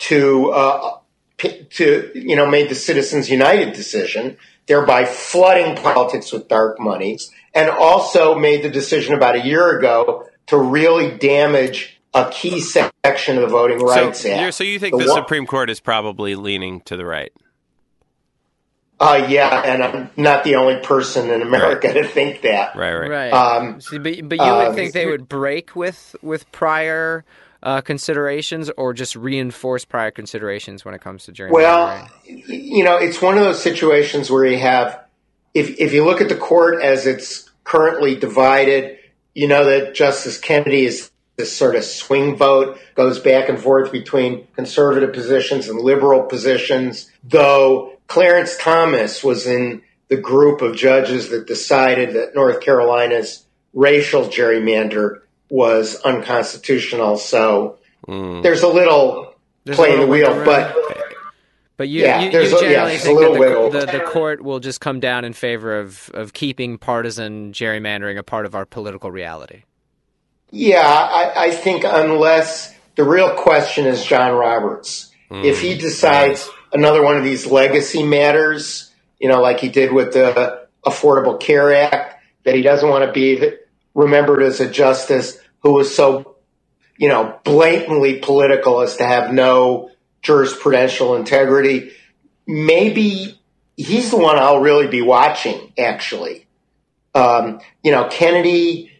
to, uh, p- to you know, made the Citizens United decision, thereby flooding politics with dark monies, and also made the decision about a year ago to really damage a key section of the Voting Rights so, you're- Act. so you think the, one- Supreme Court is probably leaning to the right? Uh, yeah, and I'm not the only person in America to think that. Right, right. Right. Um, See, but, but you would think they would break with with prior uh, considerations or just reinforce prior considerations when it comes to jury. Well, mandarin. you know, it's one of those situations where you have, if if you look at the court as it's currently divided, you know that Justice Kennedy is this sort of swing vote, goes back and forth between conservative positions and liberal positions. Though Clarence Thomas was in the group of judges that decided that North Carolina's racial gerrymander was unconstitutional, so there's a little Hmm. There's a play in the little wiggle wheel, room. but. but you, yeah, you, you there's a- yeah, generally there's a think little that the, co- wiggle. the, the court will just come down in favor of, of keeping partisan gerrymandering a part of our political reality. Yeah, I, I think unless the real question is John Roberts. if he decides another one of these legacy matters, you know, like he did with the Affordable Care Act, that he doesn't want to be th- remembered as a justice who was so, you know, blatantly political as to have no jurisprudential integrity, maybe he's the one I'll really be watching, actually. Um, you know, Kennedy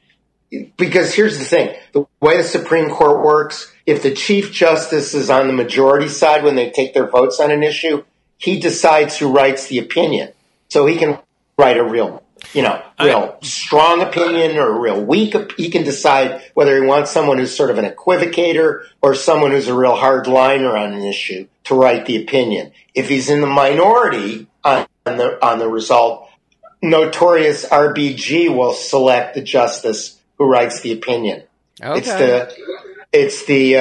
because here's the thing the way the Supreme Court works, if the Chief Justice is on the majority side when they take their votes on an issue, he decides who writes the opinion. So he can write a real, you know, real strong opinion or a real weak. op- He can decide whether he wants someone who's sort of an equivocator or someone who's a real hard liner on an issue to write the opinion. If he's in the minority on the, on the result, notorious RBG will select the justice who writes the opinion. Okay. It's the it's the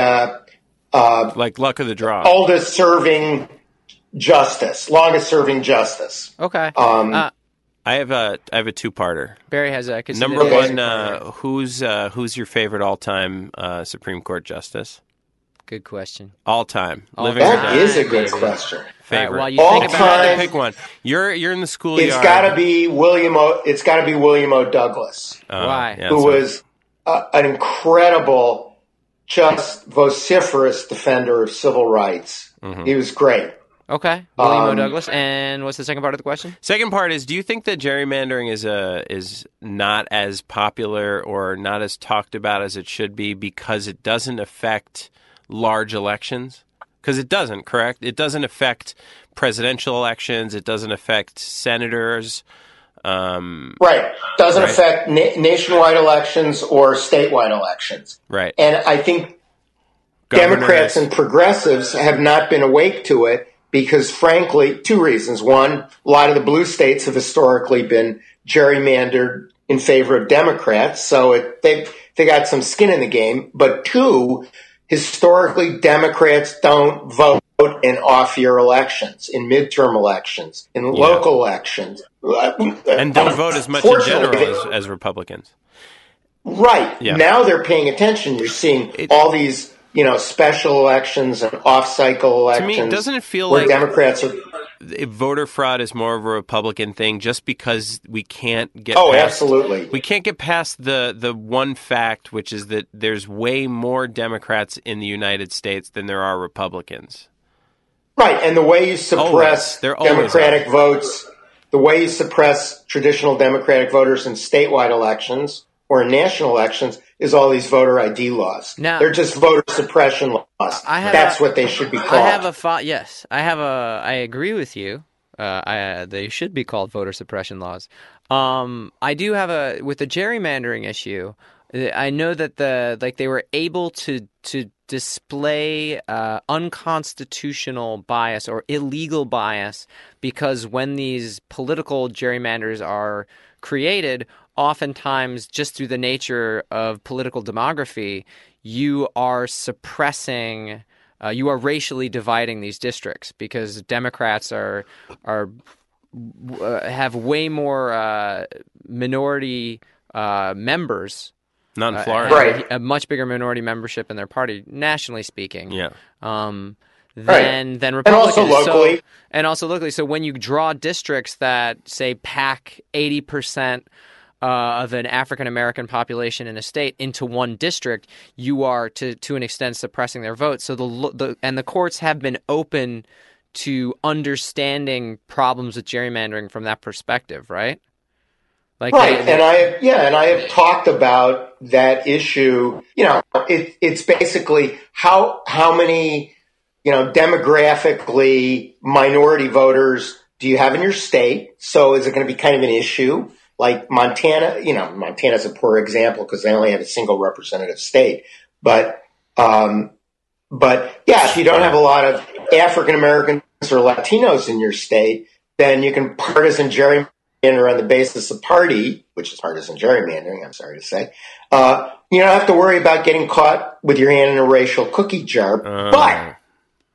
uh, Like luck of the draw. oldest serving justice, longest serving justice. okay. Um, uh, I have a I have a two parter. Barry has a consider- Number Okay. one, uh, who's uh, who's your favorite all time uh, Supreme Court justice? Good question. All time, All living or That dying time. is a good question. favorite. All right, while you All think If I had about to time. pick one. You're you're in the schoolyard. It's got to be William. O, it's got to be William O. Douglas, Oh, Why? yeah, who so- was uh, an incredible, just vociferous defender of civil rights. He was great. it. Okay. William O. Um, Douglas. And what's the second part of the question? Second part is: Do you think that gerrymandering is a is not as popular or not as talked about as it should be because it doesn't affect large elections? Because it doesn't, correct? It doesn't affect presidential elections. It doesn't affect senators. Um, Right. Doesn't Right. affect na- nationwide elections or statewide elections. right. And I think Governors. Democrats and progressives have not been awake to it because, frankly, two reasons. One, a lot of the blue states have historically been gerrymandered in favor of Democrats, so it, they they got some skin in the game. But two, historically, Democrats don't vote in off-year elections, in midterm elections, in local elections, and don't vote as much in Fortunately, general they- as, as Republicans. Right. Yeah. Now they're paying attention. You're seeing all these, you know, special elections and off cycle me, elections. doesn't it feel where like- Democrats are If voter fraud is more of a Republican thing, just because we can't get. Oh, past- absolutely. We can't get past the the one fact, which is that there's way more Democrats in the United States than there are Republicans. Right. And the way you suppress Always. They're always Democratic on. votes, the way you suppress traditional Democratic voters in statewide elections or in national elections is all these voter ID laws. Now- They're just voter suppression laws. I have That's a- what they should be I called. have a thought. yes. I have a. I agree with you. Uh, I, they should be called voter suppression laws. Um, I do have a with the gerrymandering issue. uh, I know that the like they were able to to display uh, unconstitutional bias or illegal bias because when these political gerrymanders are created, oftentimes just through the nature of political demography, you are suppressing uh, you are racially dividing these districts because Democrats are are uh, have way more uh, minority uh, members, Not in uh, Florida. Right. a much bigger minority membership in their party, nationally speaking. Yeah. um, than than And Republicans. also locally. So, and also locally. So when you draw districts that say pack eighty percent. Uh, of an African American population in a state into one district, you are to to an extent suppressing their vote. So the, lo- the and the courts have been open to understanding problems with gerrymandering from that perspective, right? Like Right, they- and I have, yeah, and I have talked about that issue. You know, it, it's basically how how many you know demographically minority voters do you have in your state? So is it going to be kind of an issue? Like Montana, you know, Montana's a poor example because they only have a single representative state. But um, but yeah, if you don't have a lot of African Americans or Latinos in your state, then you can partisan gerrymander on the basis of party, which is partisan gerrymandering, I'm sorry to say. Uh, you don't have to worry about getting caught with your hand in a racial cookie jar. but i-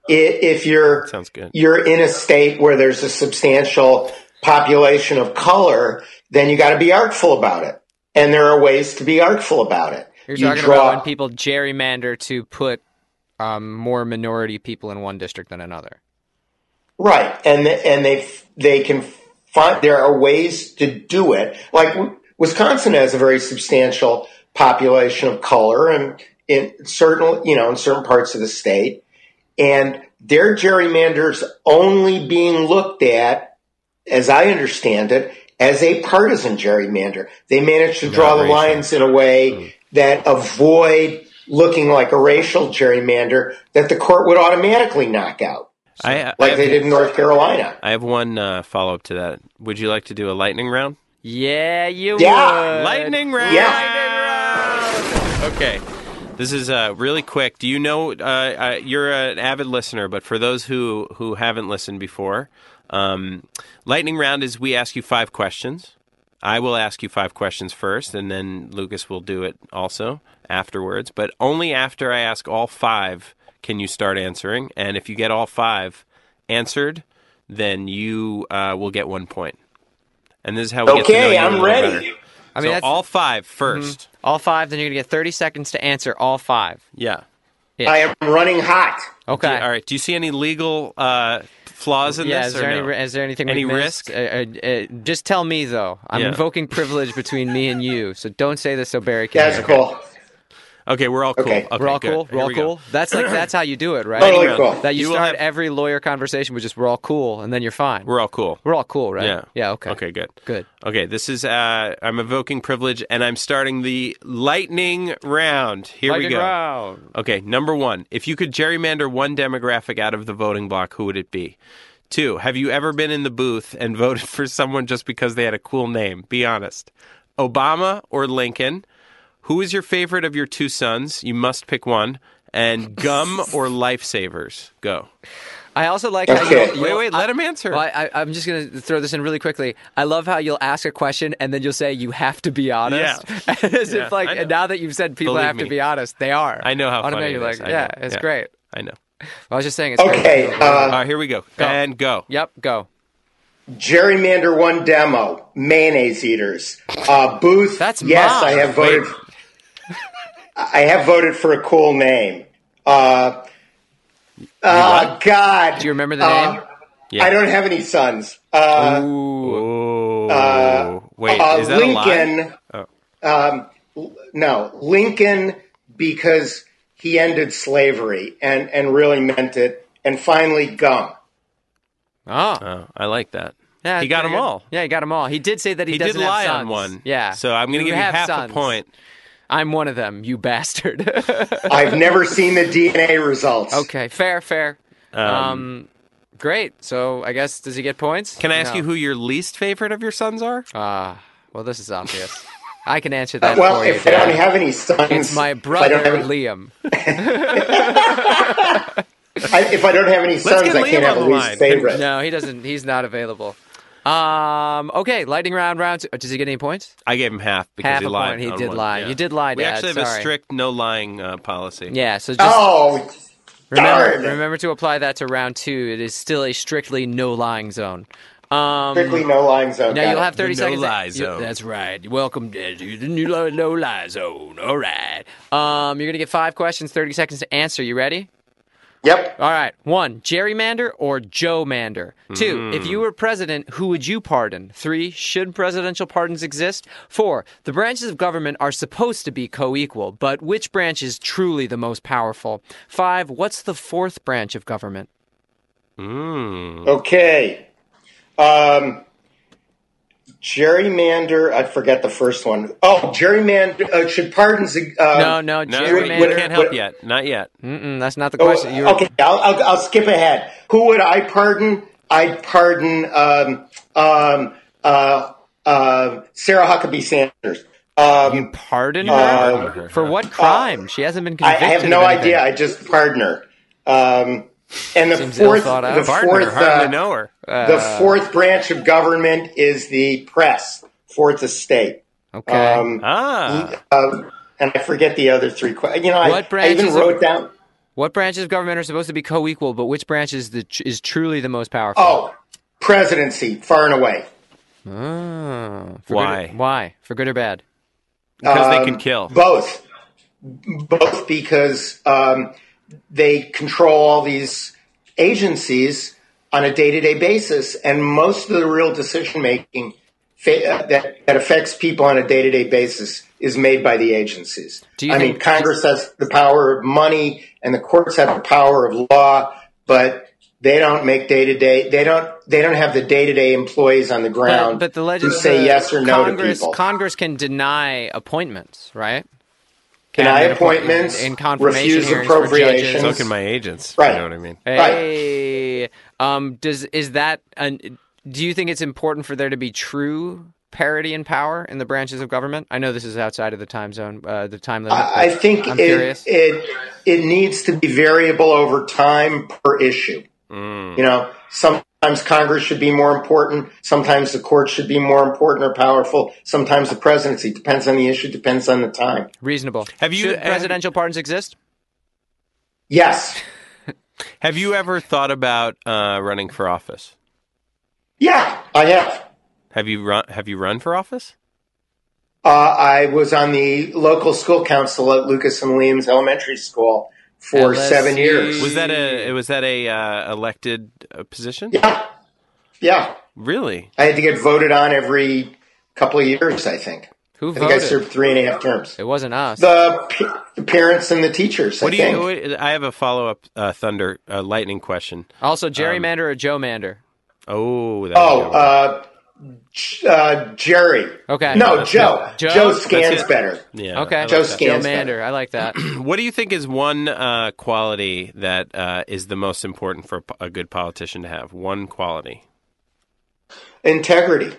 if you're Sounds good. you're in a state where there's a substantial population of color, then you got to be artful about it. And there are ways to be artful about it. You're You talking draw- about when people gerrymander to put um, more minority people in one district than another. Right, and the, and they they can find there are ways to do it. Like W- Wisconsin has a very substantial population of color, and in certain you know in certain parts of the state, and their gerrymanders only being looked at, as I understand it, as a partisan gerrymander. They manage to draw the racial. lines in a way that avoid looking like a racial gerrymander that the court would automatically knock out, I, I, like have, they did in North Carolina. I have one uh, follow up to that. Would you like to do a lightning round? Yeah, you Yeah. would. Lightning round. Yeah. Okay. This is uh, really quick. Do you know? Uh, uh, you're an avid listener, but for those who who haven't listened before, um, lightning round is we ask you five questions. I will ask you five questions first, and then Lucas will do it also afterwards. But only after I ask all five can you start answering. And if you get all five answered, then you uh, will get one point. And this is how we get to know Okay, you a I'm little ready. better. I mean, so that's- Mm-hmm. all five first. All five, then you're going to get 30 seconds to answer all five. Yeah. I am running hot. Okay. Do you- all right. Do you see any legal uh, flaws in Yeah, is this? there, or any, no? is there anything Any we missed? risk? Uh, uh, uh, just tell me, though. I'm Yeah. invoking privilege between me and you, so don't say this so Barry can That's hear. cool. Okay, we're all cool. Okay. Okay, We're all good. cool. Here We're all we go. cool. That's like that's how you do it, right? Totally round. cool. That you, You will start have- every lawyer conversation with just "we're all cool" and then you're fine. We're all cool. We're all cool, right? Yeah. Yeah. Okay. Okay. Good. Good. Okay. This is. Uh, I'm evoking privilege, and I'm starting the lightning round. Here Lightning we go. round. Okay. Number one, if you could gerrymander one demographic out of the voting block, who would it be? Two, have you ever been in the booth and voted for someone just because they had a cool name? Be honest. Obama or Lincoln? Who is your favorite of your two sons? You must pick one. And gum or lifesavers? Go. I also like how Okay. you, you Wait, wait, let him answer. Well, I, I, I'm just going to throw this in really quickly. I love how you'll ask a question and then you'll say you have to be honest. Yeah. As Yeah, if like I know. and now that you've said people Believe have me. to be honest, they are. I know how funny Automatically, it is. like, I yeah, know. it's Yeah. great. I know. I was just saying it's Okay, great. All uh, right, here we go. And go. Yep, go. gerrymander one demo, mayonnaise eaters, uh, Booth. That's yes, mine. I have voted. I have voted for a cool name. Uh, uh, God, Do you remember the Uh, name? Yeah. I don't have any sons. Uh, Oh. wait, uh, is that a lie? Lincoln. Oh. Um, l- no, Lincoln because he ended slavery and and really meant it. And finally, gum. Oh. Oh, I like that. Yeah, he got pretty them good. all. Yeah, he got them all. He did say that he, He doesn't did lie have on sons. one. Yeah. So I'm going You to give you have half sons. a point. I'm one of them, you bastard. I've never seen the DNA results. okay, fair, fair. Um, great. So I guess does he get points? Can I ask No. you who your least favorite of your sons are? Ah, well, this is obvious. I can answer that. Well, for you, if I don't Dan. have any sons, it's my If brother I don't have, Liam. I, if I don't have any sons, get I Liam can't have on a the least line. favorite. No, he doesn't. He's not available. Um. Okay, lightning round, round. Two. Does he get any points? I gave him half because Half he a lied. point. He on did one. lie. Yeah. You did lie, We Dad. actually have a Sorry. strict no lying uh, policy. Yeah. So just Oh, remember, darn. remember to apply that to round two. It is still a strictly no lying zone. Um, Strictly no line zone. now got you'll it. have 30 The seconds. no-lie You- zone. That's right. Welcome to the new low, no lie zone. All right. Um, you're going to get five questions, 30 seconds to answer. You ready? Yep. All right. One, gerrymander or Joe Mander? Two, Hmm. if you were president, who would you pardon? Three, should presidential pardons exist? Four, the branches of government are supposed to be co equal, but which branch is truly the most powerful? Five, what's the fourth branch of government? Okay. Um, gerrymander. I forget the first one. Oh, gerrymander. Uh, should pardons? Uh, No, no, No, we, we gerrymander. can't help What- yet. Not yet. Mm-mm, that's not the Oh, question. You were- okay, I'll, I'll, I'll skip ahead. Who would I pardon? I'd pardon um, um, uh, uh, Sarah Huckabee Sanders. Um, Pardon her? For what crime? she hasn't been Uh, I, I convicted. have of no anything. idea. I just pardon her. Um, and the Seems fourth, ill thought out. the Partner, fourth, hardly uh, know her. Uh, the fourth branch of government is the press, fourth estate. Okay. Um, uh, ah, and I forget the other three. que- You know, I, What I even branches of- wrote down. what branches of government are supposed to be co-equal, but which branch is the tr- is truly the most powerful? Oh, presidency, far and away. Oh, for Why? good or- why? For good or bad? mm, because um, they can kill. Both, both because um, they control all these agencies on a day-to-day basis, and most of the real decision making fa- uh, that that affects people on a day-to-day basis is made by the agencies. Do you I think- mean, Congress has the power of money, and the courts have the power of law, but they don't make day to day. They don't. They don't have the day to day employees on the But, ground but the legis- who Um, say the yes or no Congress, to people. Congress can deny appointments, right? deny Cabinet appointments, and confirmation refuse hearings for appropriations. so judges. can my agents. Right. You know what I mean? Hey, um, does is that an, do you think it's important for there to be true parity in power in the branches of government? I know this is outside of the time zone, uh, the time limit. I I but think I'm it, curious. it it needs to be variable over time per issue. Mm. You know, sometimes Congress should be more important. Sometimes the court should be more important or powerful. Sometimes the presidency depends on the issue, depends on the time. Reasonable. Have you- Should have- presidential pardons exist? Yes, Have you ever thought about uh, running for office? yeah, I have. Have you run? Have you run for office? Uh, I was on the local school council at Lucas and Williams Elementary School for LSU. seven years. Was that a was that a uh, elected uh, position? Mm. yeah, yeah. Really? I had to get voted on every couple of years. I think. Who I think I voted? served three and a half terms. it wasn't us. The, pa- the parents and the teachers. What do I you? think. What, I have a follow up uh, thunder uh, lightning question. also, gerrymander or Joe Mander? Oh, that oh, uh, J- uh, Jerry. Okay. No, Joe. Joe? Joe, That's scans it. better. yeah. Okay, Joe Joe scans better. Mander. I like that. What do you think is one uh, quality that uh, is the most important for a po- a good politician to have? One quality. Integrity.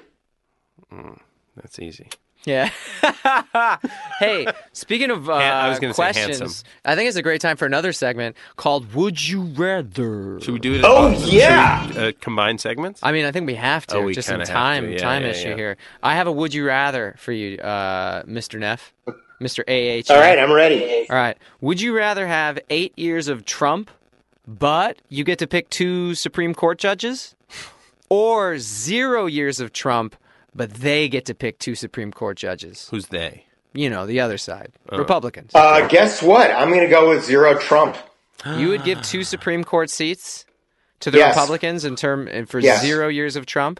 That's easy. Yeah. hey, speaking of uh, I was gonna say questions, handsome. I think it's a great time for another segment called "Would You Rather." Should we do it? as- Oh, yeah. should we, uh, combine segments. I mean, I think we have to. Oh, we just some kinda have time, to. Yeah, time yeah, issue yeah. here. I have a "Would you rather" for you, uh, Mr. Neff, Mr. AH. All right, I'm ready. All right. Would you rather have eight years of Trump, but you get to pick two Supreme Court judges, or zero years of Trump, but they get to pick two Supreme Court judges? Who's they? You know, the other side, Republicans. Uh, guess what? I'm going to go with zero Trump. You would give two Supreme Court seats to the Ah. Yes. Republicans in term and for Yes. zero years of Trump.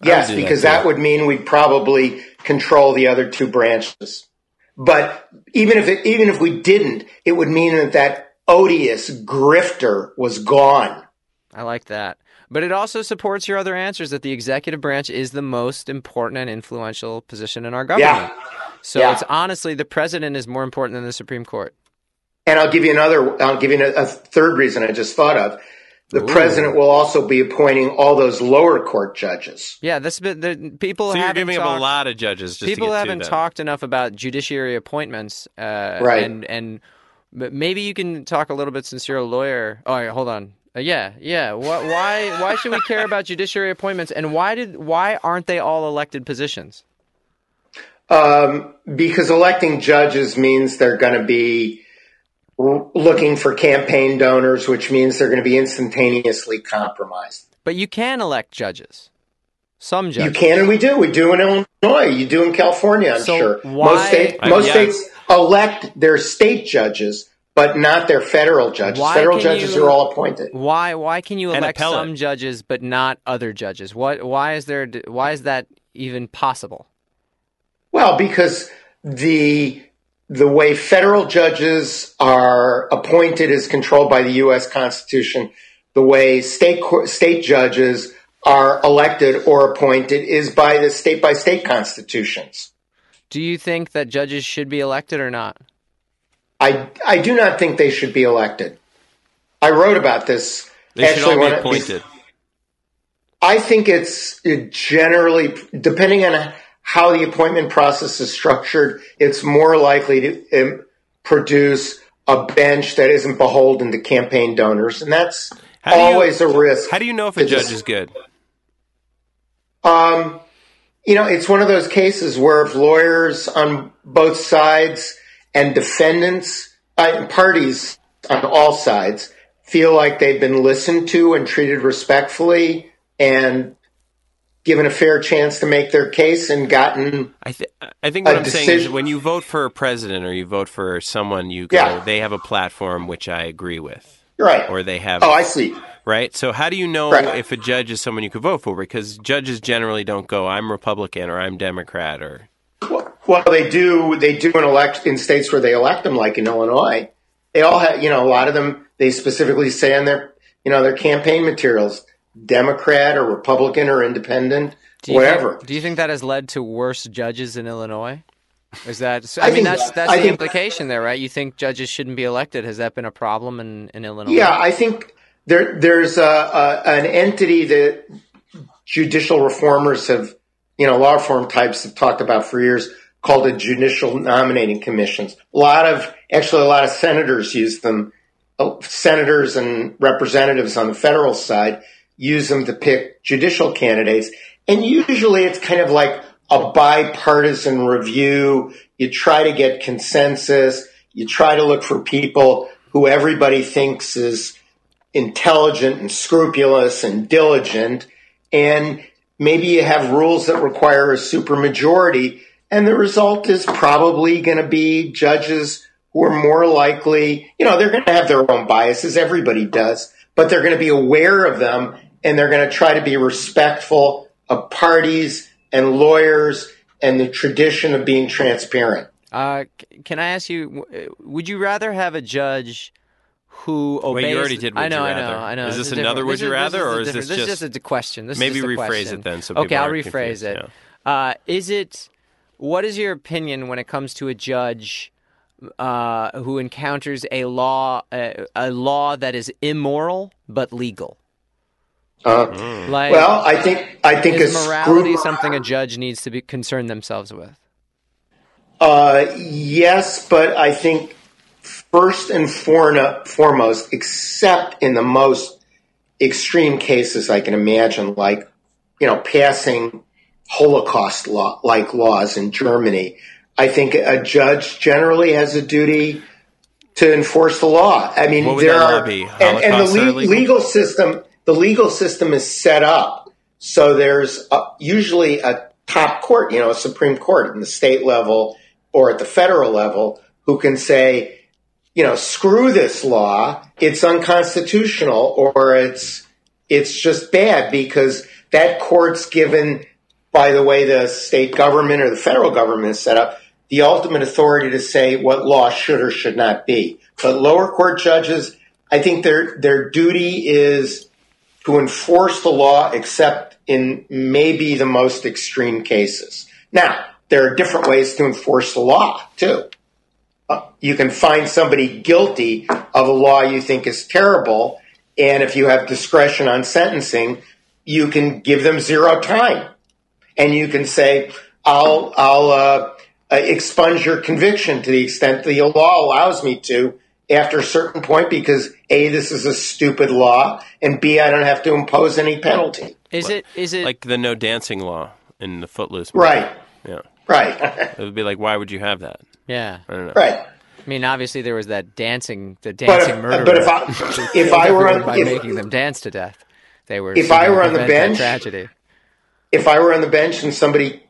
Yes, do that, because too. that would mean we'd probably control the other two branches. But even if it, even if we didn't, it would mean that that odious grifter was gone. I like that. But it also supports your other answers that the executive branch is the most important and influential position in our government. Yeah. So Yeah. it's honestly the president is more important than the Supreme Court. And I'll give you another. I'll give you a, a third reason I just thought of. The president will also be appointing all those lower court judges. Yeah, this bit the people So you're haven't giving talked, up a lot of judges. Just to people get to haven't them. talked enough about judiciary appointments. Uh, Right. And and but maybe you can talk a little bit since you're a lawyer. All right, hold on. Uh, yeah, yeah. Why why why should we care about judiciary appointments? And why did why aren't they all elected positions? Um, because electing judges means they're going to be r- looking for campaign donors, which means they're going to be instantaneously compromised. But you can elect judges. Some You judges. can and we do. We do in Illinois. You do in California, I'm So sure. why- most state, I- most yeah. states elect their state judges, but not their federal judges. Why federal can judges you- are all appointed. Why why can you And elect appellate. some judges but not other judges? What why is there why is that even possible? Well, because the the way federal judges are appointed is controlled by the U.S. Constitution. The way state cour- state judges are elected or appointed is by the state by state constitutions. Do you think that judges should be elected or not? I I do not think they should be elected. I wrote about this. They should all when be it- appointed. I think it's it generally, depending on how the appointment process is structured, it's more likely to um, produce a bench that isn't beholden to campaign donors, and that's How do you- always a risk. How do you know if a It judge just- is good? Um, you know, it's one of those cases where if lawyers on both sides and defendants, uh, parties on all sides feel like they've been listened to and treated respectfully and given a fair chance to make their case and gotten, I, th- I think what A I'm saying is decision- when you vote for a president or you vote for someone, you go, Yeah. they have a platform which I agree with, right. or they have, oh, I see. right? So how do you know Right. if a judge is someone you could vote for? Because judges generally don't go, I'm Republican or I'm Democrat or Well, they do. They do in elect in states where they elect them, like in Illinois. They all have, you know, a lot of them. They specifically say on their, you know, their campaign materials, Democrat or Republican or Independent, Do you whatever. Think, do you think that has led to worse judges in Illinois? Is that so, I, I mean think- that's that's I the think- implication there, right? You think judges shouldn't be elected. Has that been a problem in, in Illinois? yeah, I think there there's a, a an entity that judicial reformers have, you know, law reform types have talked about for years called the judicial nominating commissions. A lot of actually a lot of senators use them. Oh, Senators and representatives on the federal side use them to pick judicial candidates, and usually it's kind of like a bipartisan review. You try to get consensus. You try to look for people who everybody thinks is intelligent and scrupulous and diligent, and maybe you have rules that require a supermajority, and the result is probably going to be judges who are more likely, you know, they're going to have their own biases, everybody does, but they're going to be aware of them and they're going to try to be respectful of parties and lawyers and the tradition of being transparent. Uh, c- can I ask you? w- uh, Would you rather have a judge who obeys? Wait, you already did I would you know, I rather. know, I know. It's Is this a different- another would you is- rather, a or is this different- this just- is just a question? This is Maybe just a rephrase question. it then, so okay, people I'll aren't rephrase confused, it. Uh, is it? What is your opinion when it comes to a judge? Uh, who encounters a law a, a law that is immoral but legal? Uh, Hmm. Like, Well, I think I think is a morality scrutin- something a judge needs to be concern themselves with? Uh, yes, but I think first and forno- foremost, except in the most extreme cases I can imagine, like you know, passing Holocaust law like laws in Germany, I think a judge generally has a duty to enforce the law. I mean, What would there that law are be? and, and the Holocausts are le- illegal? legal system, the legal system is set up so there's a, usually a top court, you know, a Supreme Court in the state level or at the federal level who can say, you know, screw this law, it's unconstitutional or it's it's just bad because that court's given by the way the state government or the federal government is set up the ultimate authority to say what law should or should not be. But lower court judges, I think their their duty is to enforce the law except in maybe the most extreme cases. Now, there are different ways to enforce the law, too. Uh, you can find somebody guilty of a law you think is terrible, and if you have discretion on sentencing, you can give them zero time. And you can say, I'll, I'll uh, uh, expunge your conviction to the extent the law allows me to after a certain point because A, this is a stupid law, and B, I don't have to impose any penalty. Is it is it like the no dancing law in the Footloose. movie. Right, Yeah. right, It would be like, why would you have that? yeah? I don't know. right. I mean, obviously there was that dancing, the But dancing if, murderer. but if I if I were everyone on by if, making them dance to death, they were. if I somehow were on the preventing bench- tragedy. if I were on the bench and somebody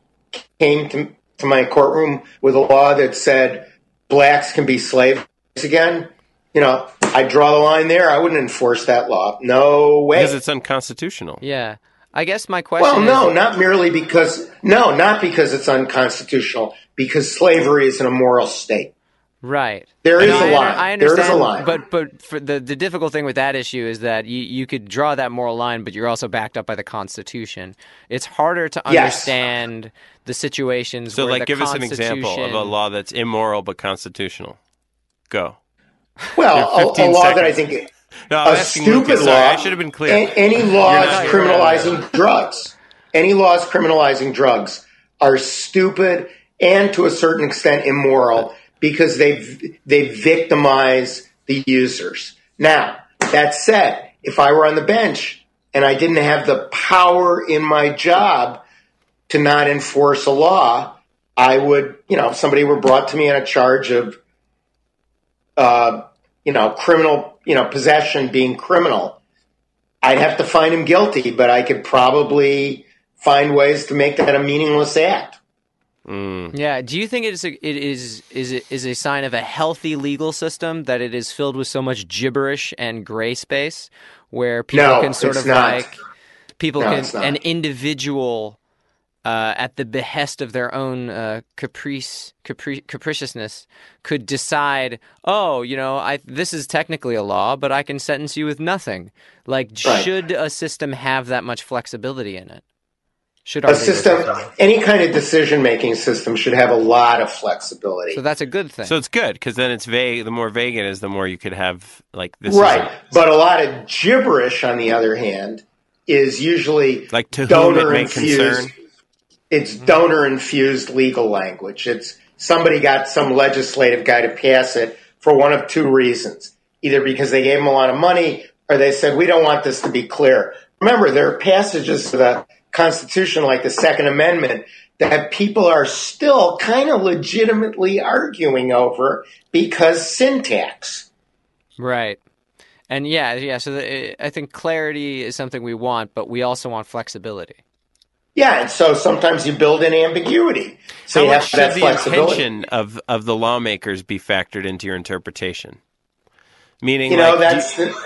came to, to my courtroom with a law that said blacks can be slaves again, you know, I draw the line there. I wouldn't enforce that law. No way. because it's unconstitutional. Yeah. I guess my question Well, is no, not merely because no, not because it's unconstitutional. Because slavery is an immoral state. right. There is No, a I, line. I there understand, is a line. But but for the the difficult thing with that issue is that you you could draw that moral line, but you're also backed up by the Constitution. It's harder to Yes. understand the situations. So, where like, the give us an example of a Constitution- law that's immoral but constitutional. Go. well, a, a 15 law that I seconds. think No, I'm a asking Lucas. stupid law. Sorry, I should have been clear. a- any laws not- you're criminalizing drugs, any laws criminalizing drugs are stupid and to a certain extent immoral because they they victimize the users. Now, that said, if I were on the bench and I didn't have the power in my job to not enforce a law, I would, you know, if somebody were brought to me on a charge of uh, you know, criminal, you know, possession being criminal. I'd have to find him guilty, but I could probably find ways to make that a meaningless act. Yeah. Do you think it is a, it is is it is a sign of a healthy legal system that it is filled with so much gibberish and gray space where people No, can sort it's of not. like people No, can it's not. an individual uh, at the behest of their own uh, caprice, capri- capriciousness, could decide, oh, you know, I this is technically a law, but I can sentence you with nothing. Like, Right. should a system have that much flexibility in it? Should our A legal system, any kind of decision making system should have a lot of flexibility. So that's a good thing. so it's good because then it's vague. The more vague it is, the more you could have like this. is right. a- But a lot of gibberish, on the other hand, is usually Like, to whom it may concern. It's donor infused legal language. It's somebody got some legislative guy to pass it for one of two reasons either because they gave him a lot of money or they said, we don't want this to be clear. Remember, there are passages to the Constitution, like the Second Amendment, that people are still kind of legitimately arguing over because syntax. Right. And yeah, yeah. So the, I think clarity is something we want, but we also want flexibility. Yeah, and so sometimes you build in ambiguity. So How you much have should that the flexibility. intention of, of the lawmakers be factored into your interpretation? Meaning, You know, like, that's do- the,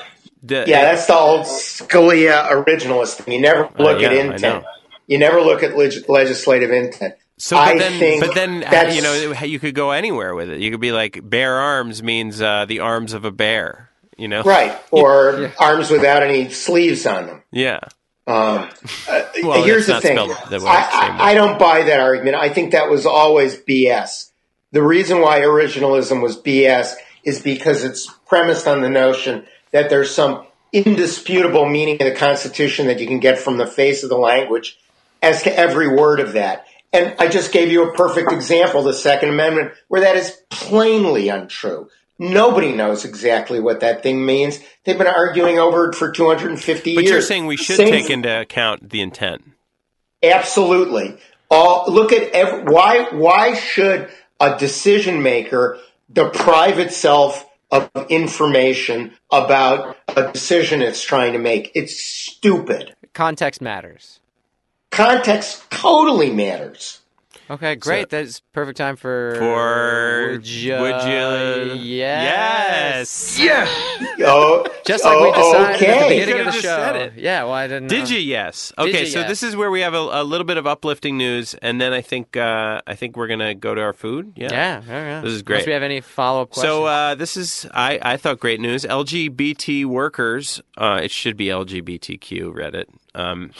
the- yeah, that's the old Scalia originalist thing. You never look Oh, yeah, at I intent. know. You never look at leg- legislative intent. So, but I then, think but then, uh, that's- you know, you could go anywhere with it. You could be like, bare arms means uh, the arms of a bear. You know, Right, or arms without any sleeves on them. Yeah. Um, uh, Well, here's the that's thing. not I, spelled the way- same I, way. I don't buy that argument. I think that was always BS. The reason why originalism was BS is because it's premised on the notion that there's some indisputable meaning of the Constitution that you can get from the face of the language as to every word of that. And I just gave you a perfect example, the Second Amendment, where that is plainly untrue. Nobody knows exactly what that thing means. They've been arguing over it for 250 But years. you're saying we should Same- take into account the intent. Absolutely. All look at ev- why why should a decision maker deprive itself of information about a decision it's trying to make? It's stupid. Context matters. Context totally matters. Okay, great. That's perfect time for For would you? would Yes. you- Yes. Oh, Just like we oh, decided at the okay. beginning of You the could've just show. said it. Yeah. Well, I didn't. Uh-huh. Did know. you? Yes. Okay. you? so Yes. this is where we have a, a little bit of uplifting news, and then I think uh, I think we're gonna go to our food. Yeah. Yeah. yeah, yeah. This is Unless great. we have any follow up questions? So uh, this is I, I thought great news. LGBT workers, uh, it should be LGBTQ Reddit. Um,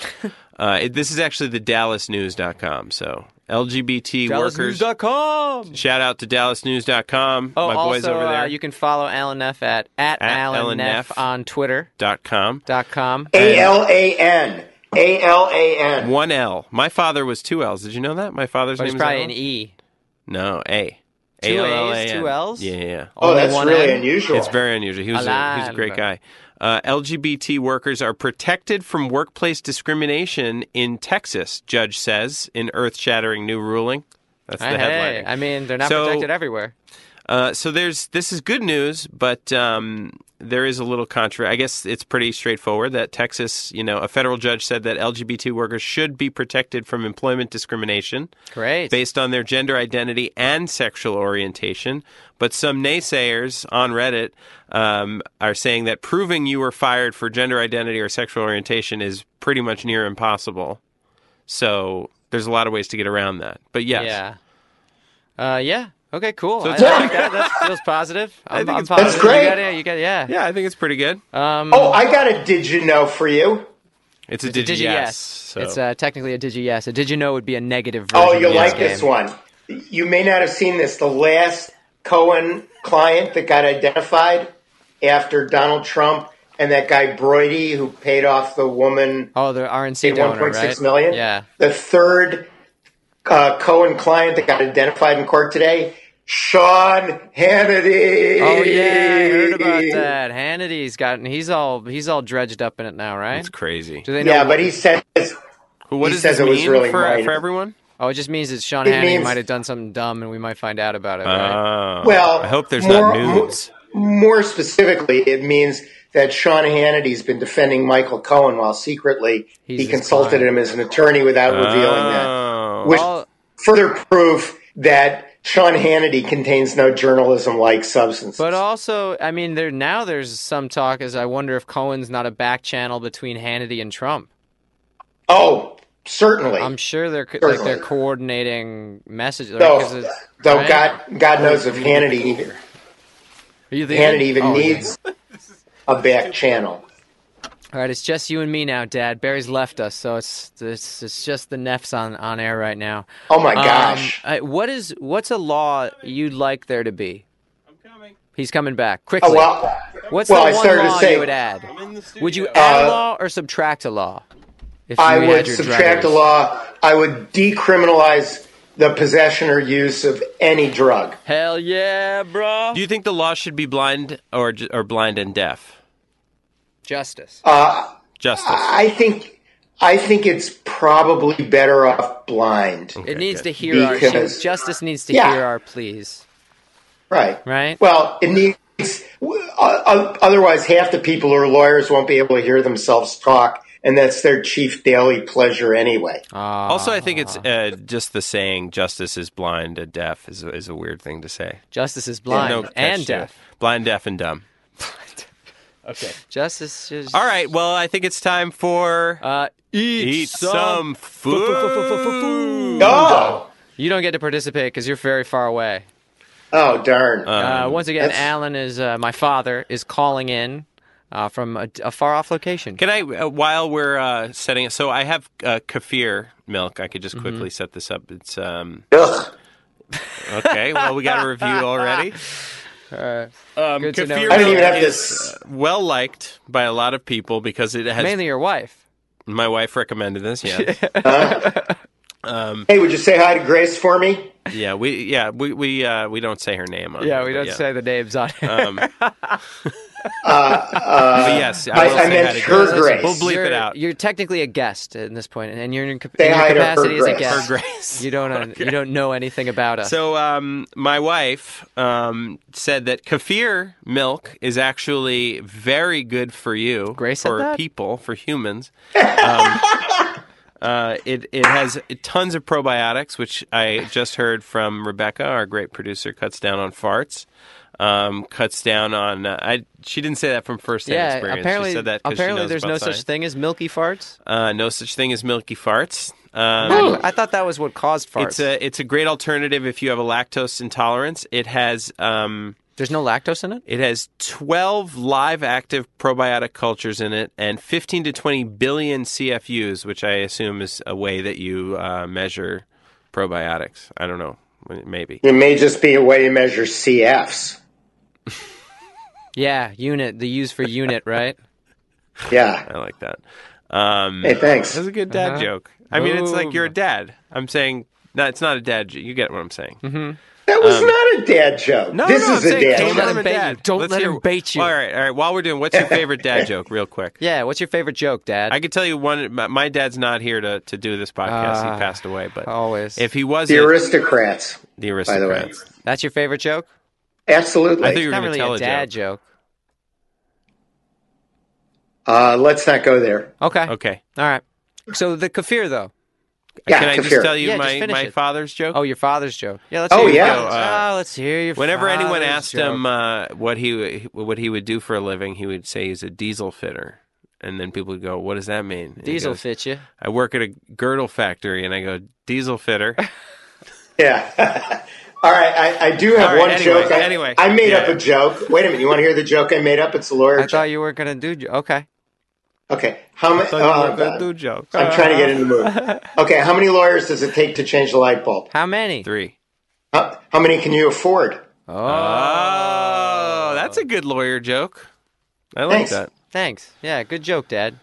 uh, it, this is actually the DallasNews.com. So LGBT workers. DallasNews.com. Shout out to DallasNews.com. Oh, my boys also, over there. Uh, you can follow Alan Neff at, at, Alan, Neff, on Twitter dot com. dot com. A L A N A L A N. One L. My father was two L's. Did you know that? My father's There's name probably is an Alan? E. No, A. Two A-L-L-A-N. A's, two L's? Yeah, yeah, yeah. Oh, Only that's one really N? unusual. It's very unusual. He was, a, he was a great guy. Alive. Uh, LGBT workers are protected from workplace discrimination in Texas, judge says in earth shattering new ruling. That's the Hey, headline. I mean, they're not So- protected everywhere. Uh, so there's this is good news, but um, there is a little contra. I guess it's pretty straightforward that Texas, you know, a federal judge said that LGBT workers should be protected from employment discrimination Great. based on their gender identity and sexual orientation. But some naysayers on Reddit um, are saying that proving you were fired for gender identity or sexual orientation is pretty much near impossible. So there's a lot of ways to get around that. But yes, Yeah. Uh, yeah. Okay. Cool. I like that. that feels positive. I'm, think I'm it's- That's positive. great. You got it. You got it. Yeah. yeah, I think it's pretty good. Oh, I got a did you know for you. it's a It's a digi digi yes. So. It's uh, technically a digi yes. A did you know would be a negative version. Oh, of you yes like this game. one. You may not have seen this. The last Cohen client that got identified after Donald Trump and that guy Brody who paid off the woman Oh, the RNC one donor, point right? six million. Yeah. The third uh, Cohen client that got identified in court today, Sean Hannity. Oh yeah, I heard about that. Hannity's gotten. He's all. He's all dredged up in it now, right? It's crazy. Do they know? Yeah, but he said But what he does says this it was mean really for, minor. for everyone? Oh, it just means that Sean It Hannity means- might have done something dumb, and we might find out about it. right? Oh, Well, I hope there's more- not nudes. more specifically, it means that Sean Hannity's been defending Michael Cohen while secretly He's he his consulted client. him as an attorney without revealing Oh. that, which All- further proof that Sean Hannity contains no journalism-like substance. But also, I mean, there now there's some talk as I wonder if Cohen's not a back channel between Hannity and Trump. oh, certainly. I'm sure they're co- like Certainly. they're coordinating messages. Though, right? 'Cause it's- though right? God, God knows if Hannity, Are you thinking- Hannity even Oh, yeah. needs a back channel. All right, it's just you and me now, Dad. Barry's left us, so it's it's, it's just the Neffs on on air right now. Oh my Um, gosh! uh, what is what's a law you'd like there to be? He's coming back quickly. oh well, what's well, the I one started to law say- you would add? Would you add a Uh, law or subtract a law? If I you had would your subtract a druthers? law. I would decriminalize the possession or use of any drug. Hell yeah, bro! Do you think the law should be blind or ju- or blind and deaf? Justice. Uh, Justice. I think, I think it's probably better off blind. it needs to hear our Because- justice needs to Yeah. hear our pleas. Right. Right? Well, it needs. w- o- o- Otherwise, half the people who are lawyers won't be able to hear themselves talk, and that's their chief daily pleasure anyway. Also, I think Ah. it's uh, just the saying "justice is blind and deaf" is is a weird thing to say. Justice is blind No catch and to it. deaf. blind, deaf, and dumb. Justice is All right. Well, I think it's time for Uh, eat, eat some. some food. Oh, You don't get to participate because you're very far away. oh, darn! Uh, once again, that's- Alan is uh, my father is calling in uh, from a, a far off location. Can I, uh, while we're uh, setting it, so I have uh, kefir milk. I could just Mm-hmm. quickly set this up. It's um, Ugh. okay. Well, we got a review already. um, Good to know. kefir I milk didn't even have is uh, well liked by a lot of people because it has. Mainly your wife. my wife recommended this. Yeah, Hey, would you say hi to Grace for me? yeah. We yeah we we uh, we don't say her name on. Yeah, it, we but don't say the names on it. Um, but yes, I, I- will I say meant hi to her Grace. grace. We'll bleep you're, it out. You're technically a guest at this point, and you're in, cap- Say in your hi to her capacity as a grace. guest. Her grace. You don't un- you don't know anything about us. So um, my wife um, said that kefir milk is actually very good for you, Grace said for that? people, for humans. Um, uh, it it has tons of probiotics, which I just heard from Rebecca, our great producer, cuts down on farts. Um, cuts down on. Uh, I she didn't say that from first hand yeah, experience. apparently, she said that 'cause she apparently knows there's about no science. such thing as milky farts. Uh, no such thing as milky farts. Um, I thought that was what caused farts. it's a it's a great alternative if you have a lactose intolerance. It has um, there's no lactose in it. it has twelve live active probiotic cultures in it and fifteen to twenty billion CFUs, which I assume is a way that you uh, measure probiotics. I don't know, maybe. It may just be a way to measure CFs. Yeah, unit. The use for unit, right? Yeah. I like that. Uh-huh. Um, Hey, thanks. That's a good dad joke. I mean, it's like you're a dad. I'm saying. No, it's not a dad. jo- You get what I'm saying. That was not a dad joke. Um, No, this no, is I'm a saying dad don't joke. let him him bait you. dad. Don't let hear- him bait you. All right, all right. While we're doing, what's your favorite dad joke, real quick? Yeah. What's your favorite joke, Dad? I could tell you one. My, my dad's not here to, to do this podcast. Ah. he passed away, but Always. if he was The the, aristocrats. by the way. aristocrats, That's your favorite joke. Absolutely. I thought you were Not going to really tell a dad joke. Uh, let's not go there. Okay. Okay. All right. So the kafir though. Yeah, Can I just Kafir. tell you Yeah, just my, finish my it. father's joke? Oh, your father's joke. Yeah. Let's. Oh, hear your yeah. father's- Uh, oh, let's hear your. Whenever anyone father's asked joke. him uh, what he what he would do for a living, he would say he's a diesel fitter. And then people would go, "What does that mean?" And he "Diesel goes, fit you." I work at a girdle factory, and I go, "Diesel fitter." Yeah. All right, I, I do have All right, one anyway, joke. I, anyway. I made Yeah. up a joke. Wait a minute, you want to hear the joke I made up? It's a lawyer I joke. thought you were gonna do. Okay. Okay, how many? So you work at a dude joke. Oh, I'm trying to get in the mood. Okay, how many lawyers does it take to change the light bulb? How many? Three. How, how many can you afford? uh, Oh, that's a good lawyer joke. I like Thanks. that. Thanks. Yeah. Good joke, Dad.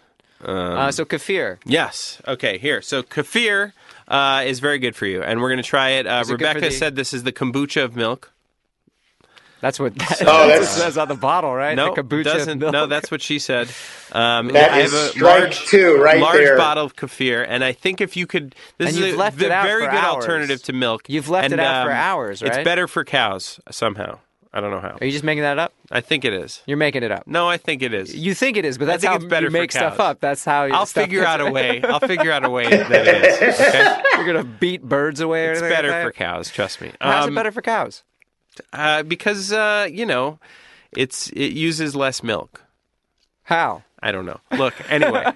Um, uh, so kafir. Yes. Okay. Here. So kefir uh, is very good for you, and we're going to try it. Uh, it good for Rebecca the- said this is the kombucha of milk. That's what. That, Oh, that's what that's- says on the bottle, right? No, the kombucha doesn't. milk. No, that's what she said. Um, That I is have a strike large, two right large there. bottle of kefir, and I think if you could, And this is you've a left ve- it out very for good hours. alternative to milk. You've left And, it out for um, hours, It's right? better for cows somehow. I don't know how. Are you just making that up? I think it is. You're making it up. No, I think it is. You think it is, but that's think how it's better you for make stuff cows. up. That's how I'll stuff figure gets- out a way. I'll figure out a way that is. Okay? You're gonna beat birds away. Or It's anything better like for that? cows. Trust me. How's Um, it better for cows? Uh, because uh, you know, it's it uses less milk. How? I don't know. Look, anyway,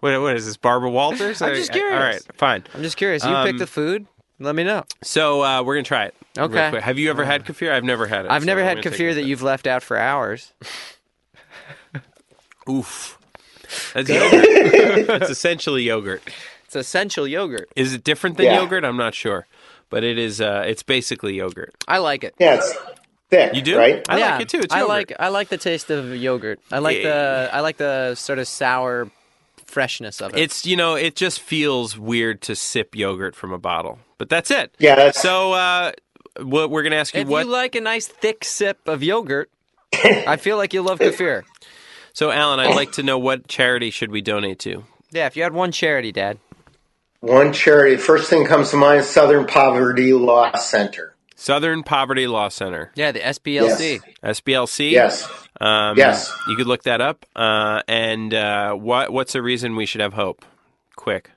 what what is this, Barbara Walters? I'm just I- I- all right, curious. fine. I'm just curious. You Um, picked the food. Let me know. So uh, we're gonna try it. real Okay. Uh, quick. Have you ever had kefir? I've never had it. I've so never I'm had gonna take kefir a that sip. you've left out for hours. Oof. That's yogurt. it's essentially yogurt. It's essential yogurt. Is it different than Yeah. yogurt? I'm not sure, but it is. Uh, it's basically yogurt. I like it. Yeah, it's thick. You do? right? I Yeah, like it too. It's I yogurt. like I like the taste of yogurt. I like the I like the sort of sour freshness of it. It's you know it just feels weird to sip yogurt from a bottle, but that's it. Yeah, that's- So uh, what we're gonna ask you if what you like a nice thick sip of yogurt, I feel like you'll love kefir. So, Alan, I'd like to know what charity should we donate to? Yeah, if you had one charity, Dad. One charity. First thing comes to mind: Southern Poverty Law Center. Southern Poverty Law Center, Yeah, the SPLC. Yes. SPLC. Yes. Um, Yes. You could look that up. Uh, and uh, what what's the reason we should have hope? Quick.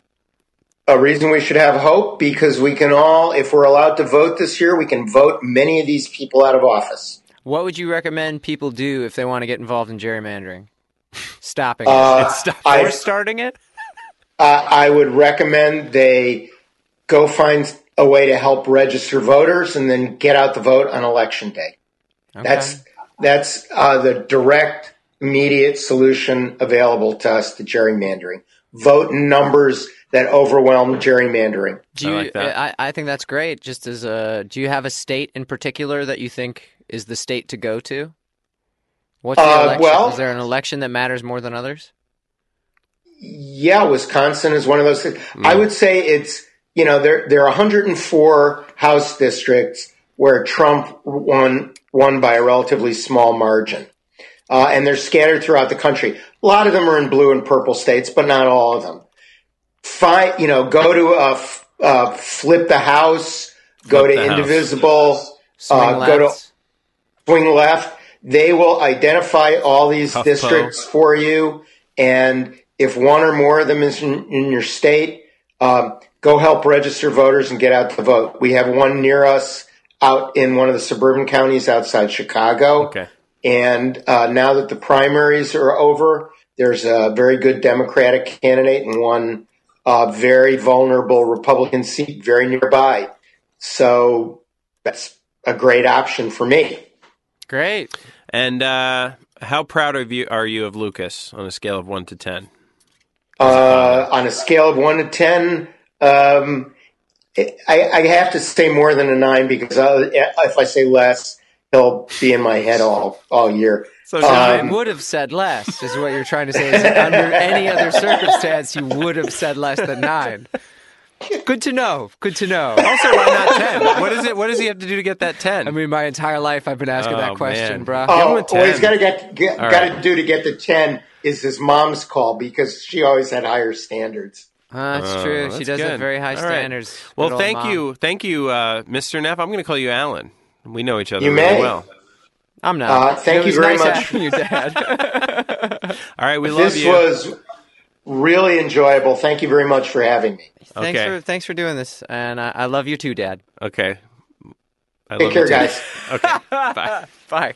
A reason we should have hope because we can all, if we're allowed to vote this year, we can vote many of these people out of office. What would you recommend people do if they want to get involved in gerrymandering? Stopping Uh, it. Stop- I- or starting it? Uh, I would recommend they go find a way to help register voters and then get out the vote on election day. That's that's uh, the direct, immediate solution available to us to gerrymandering. Vote in numbers that overwhelm gerrymandering. Do you, I like that. I, I think that's great. Just as a, do you have a state in particular that you think is the state to go to? What's the Uh, election? well- is there an election that matters more than others? Yeah, Wisconsin is one of those. Things. I would say it's you know there there are 104 House districts where Trump won won by a relatively small margin, uh, and they're scattered throughout the country. A lot of them are in blue and purple states, but not all of them. Find you know go to uh, f- uh, flip the House, go Flip to the House. indivisible, Swing uh, go to lefts? swing left. They will identify all these Huffpo. districts for you, and if one or more of them is in, in your state, um, go help register voters and get out the vote. We have one near us out in one of the suburban counties outside Chicago. Okay. And uh, now that the primaries are over, there's a very good Democratic candidate and one uh, very vulnerable Republican seat very nearby. So that's a great option for me. Great. And uh, how proud of you are you of Lucas on a scale of one to ten? Uh, on a scale of one to ten, um, I, I have to say more than a nine because I, if I say less, he'll be in my head all all year. Um, So I would have said less, is what you're trying to say. Is that under any other circumstance, you would have said less than nine. Good to know. Good to know. also, why not ten? What is it? What does he have to do to get that ten? I mean, my entire life I've been asking Oh, that question, man. bro. Oh, him a what he's 10. got to get, get All got to right. do to get to ten is his mom's call because she always had higher standards. Uh, that's Oh, true. she that's does good. have very high All right. standards. Good Well, old thank mom. you, thank you, uh, Mr. Neff. I'm going to call you Alan. We know each other You really may. well. I'm not. Uh, It thank you was very nice much. having you, Dad. All right, we love This you. was really enjoyable. Thank you very much for having me. Thanks Okay. for thanks for doing this, and I, I love you too, Dad. okay. I love Take you care, too. guys. Okay, bye. Bye.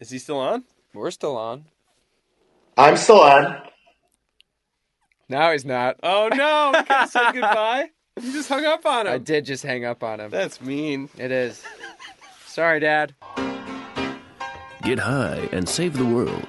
Is he still on? We're still on. I'm still on. No, he's not. Oh no! We could've said goodbye. You just hung up on I him. did just hang up on him. That's mean. It is. Sorry, Dad. Get high and save the world.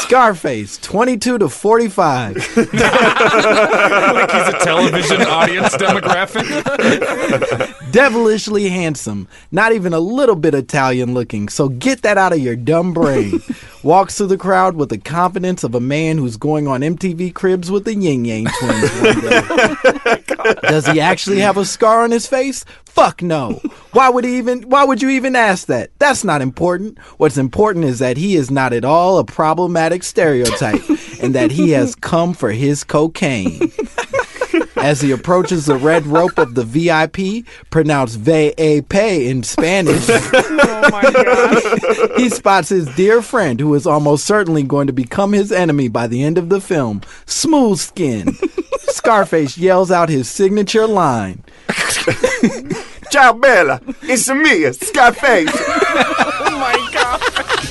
Scarface, 22 to 45. Like he's a television audience demographic. Devilishly handsome. Not even a little bit Italian looking, so get that out of your dumb brain. Walks through the crowd with the confidence of a man who's going on MTV Cribs with the Yin Yang twins one day. Does he actually have a scar on his face? Fuck no. Why would he even why would you even ask that? That's not important. What's important is that he is not at all a problematic stereotype and that he has come for his cocaine. As he approaches the red rope of the VIP, pronounced VAP in Spanish, he spots his dear friend who is almost certainly going to become his enemy by the end of the film, Smooth Skin. Scarface yells out his signature line. Ciao, Bella. It's me, Scarface. Oh my god.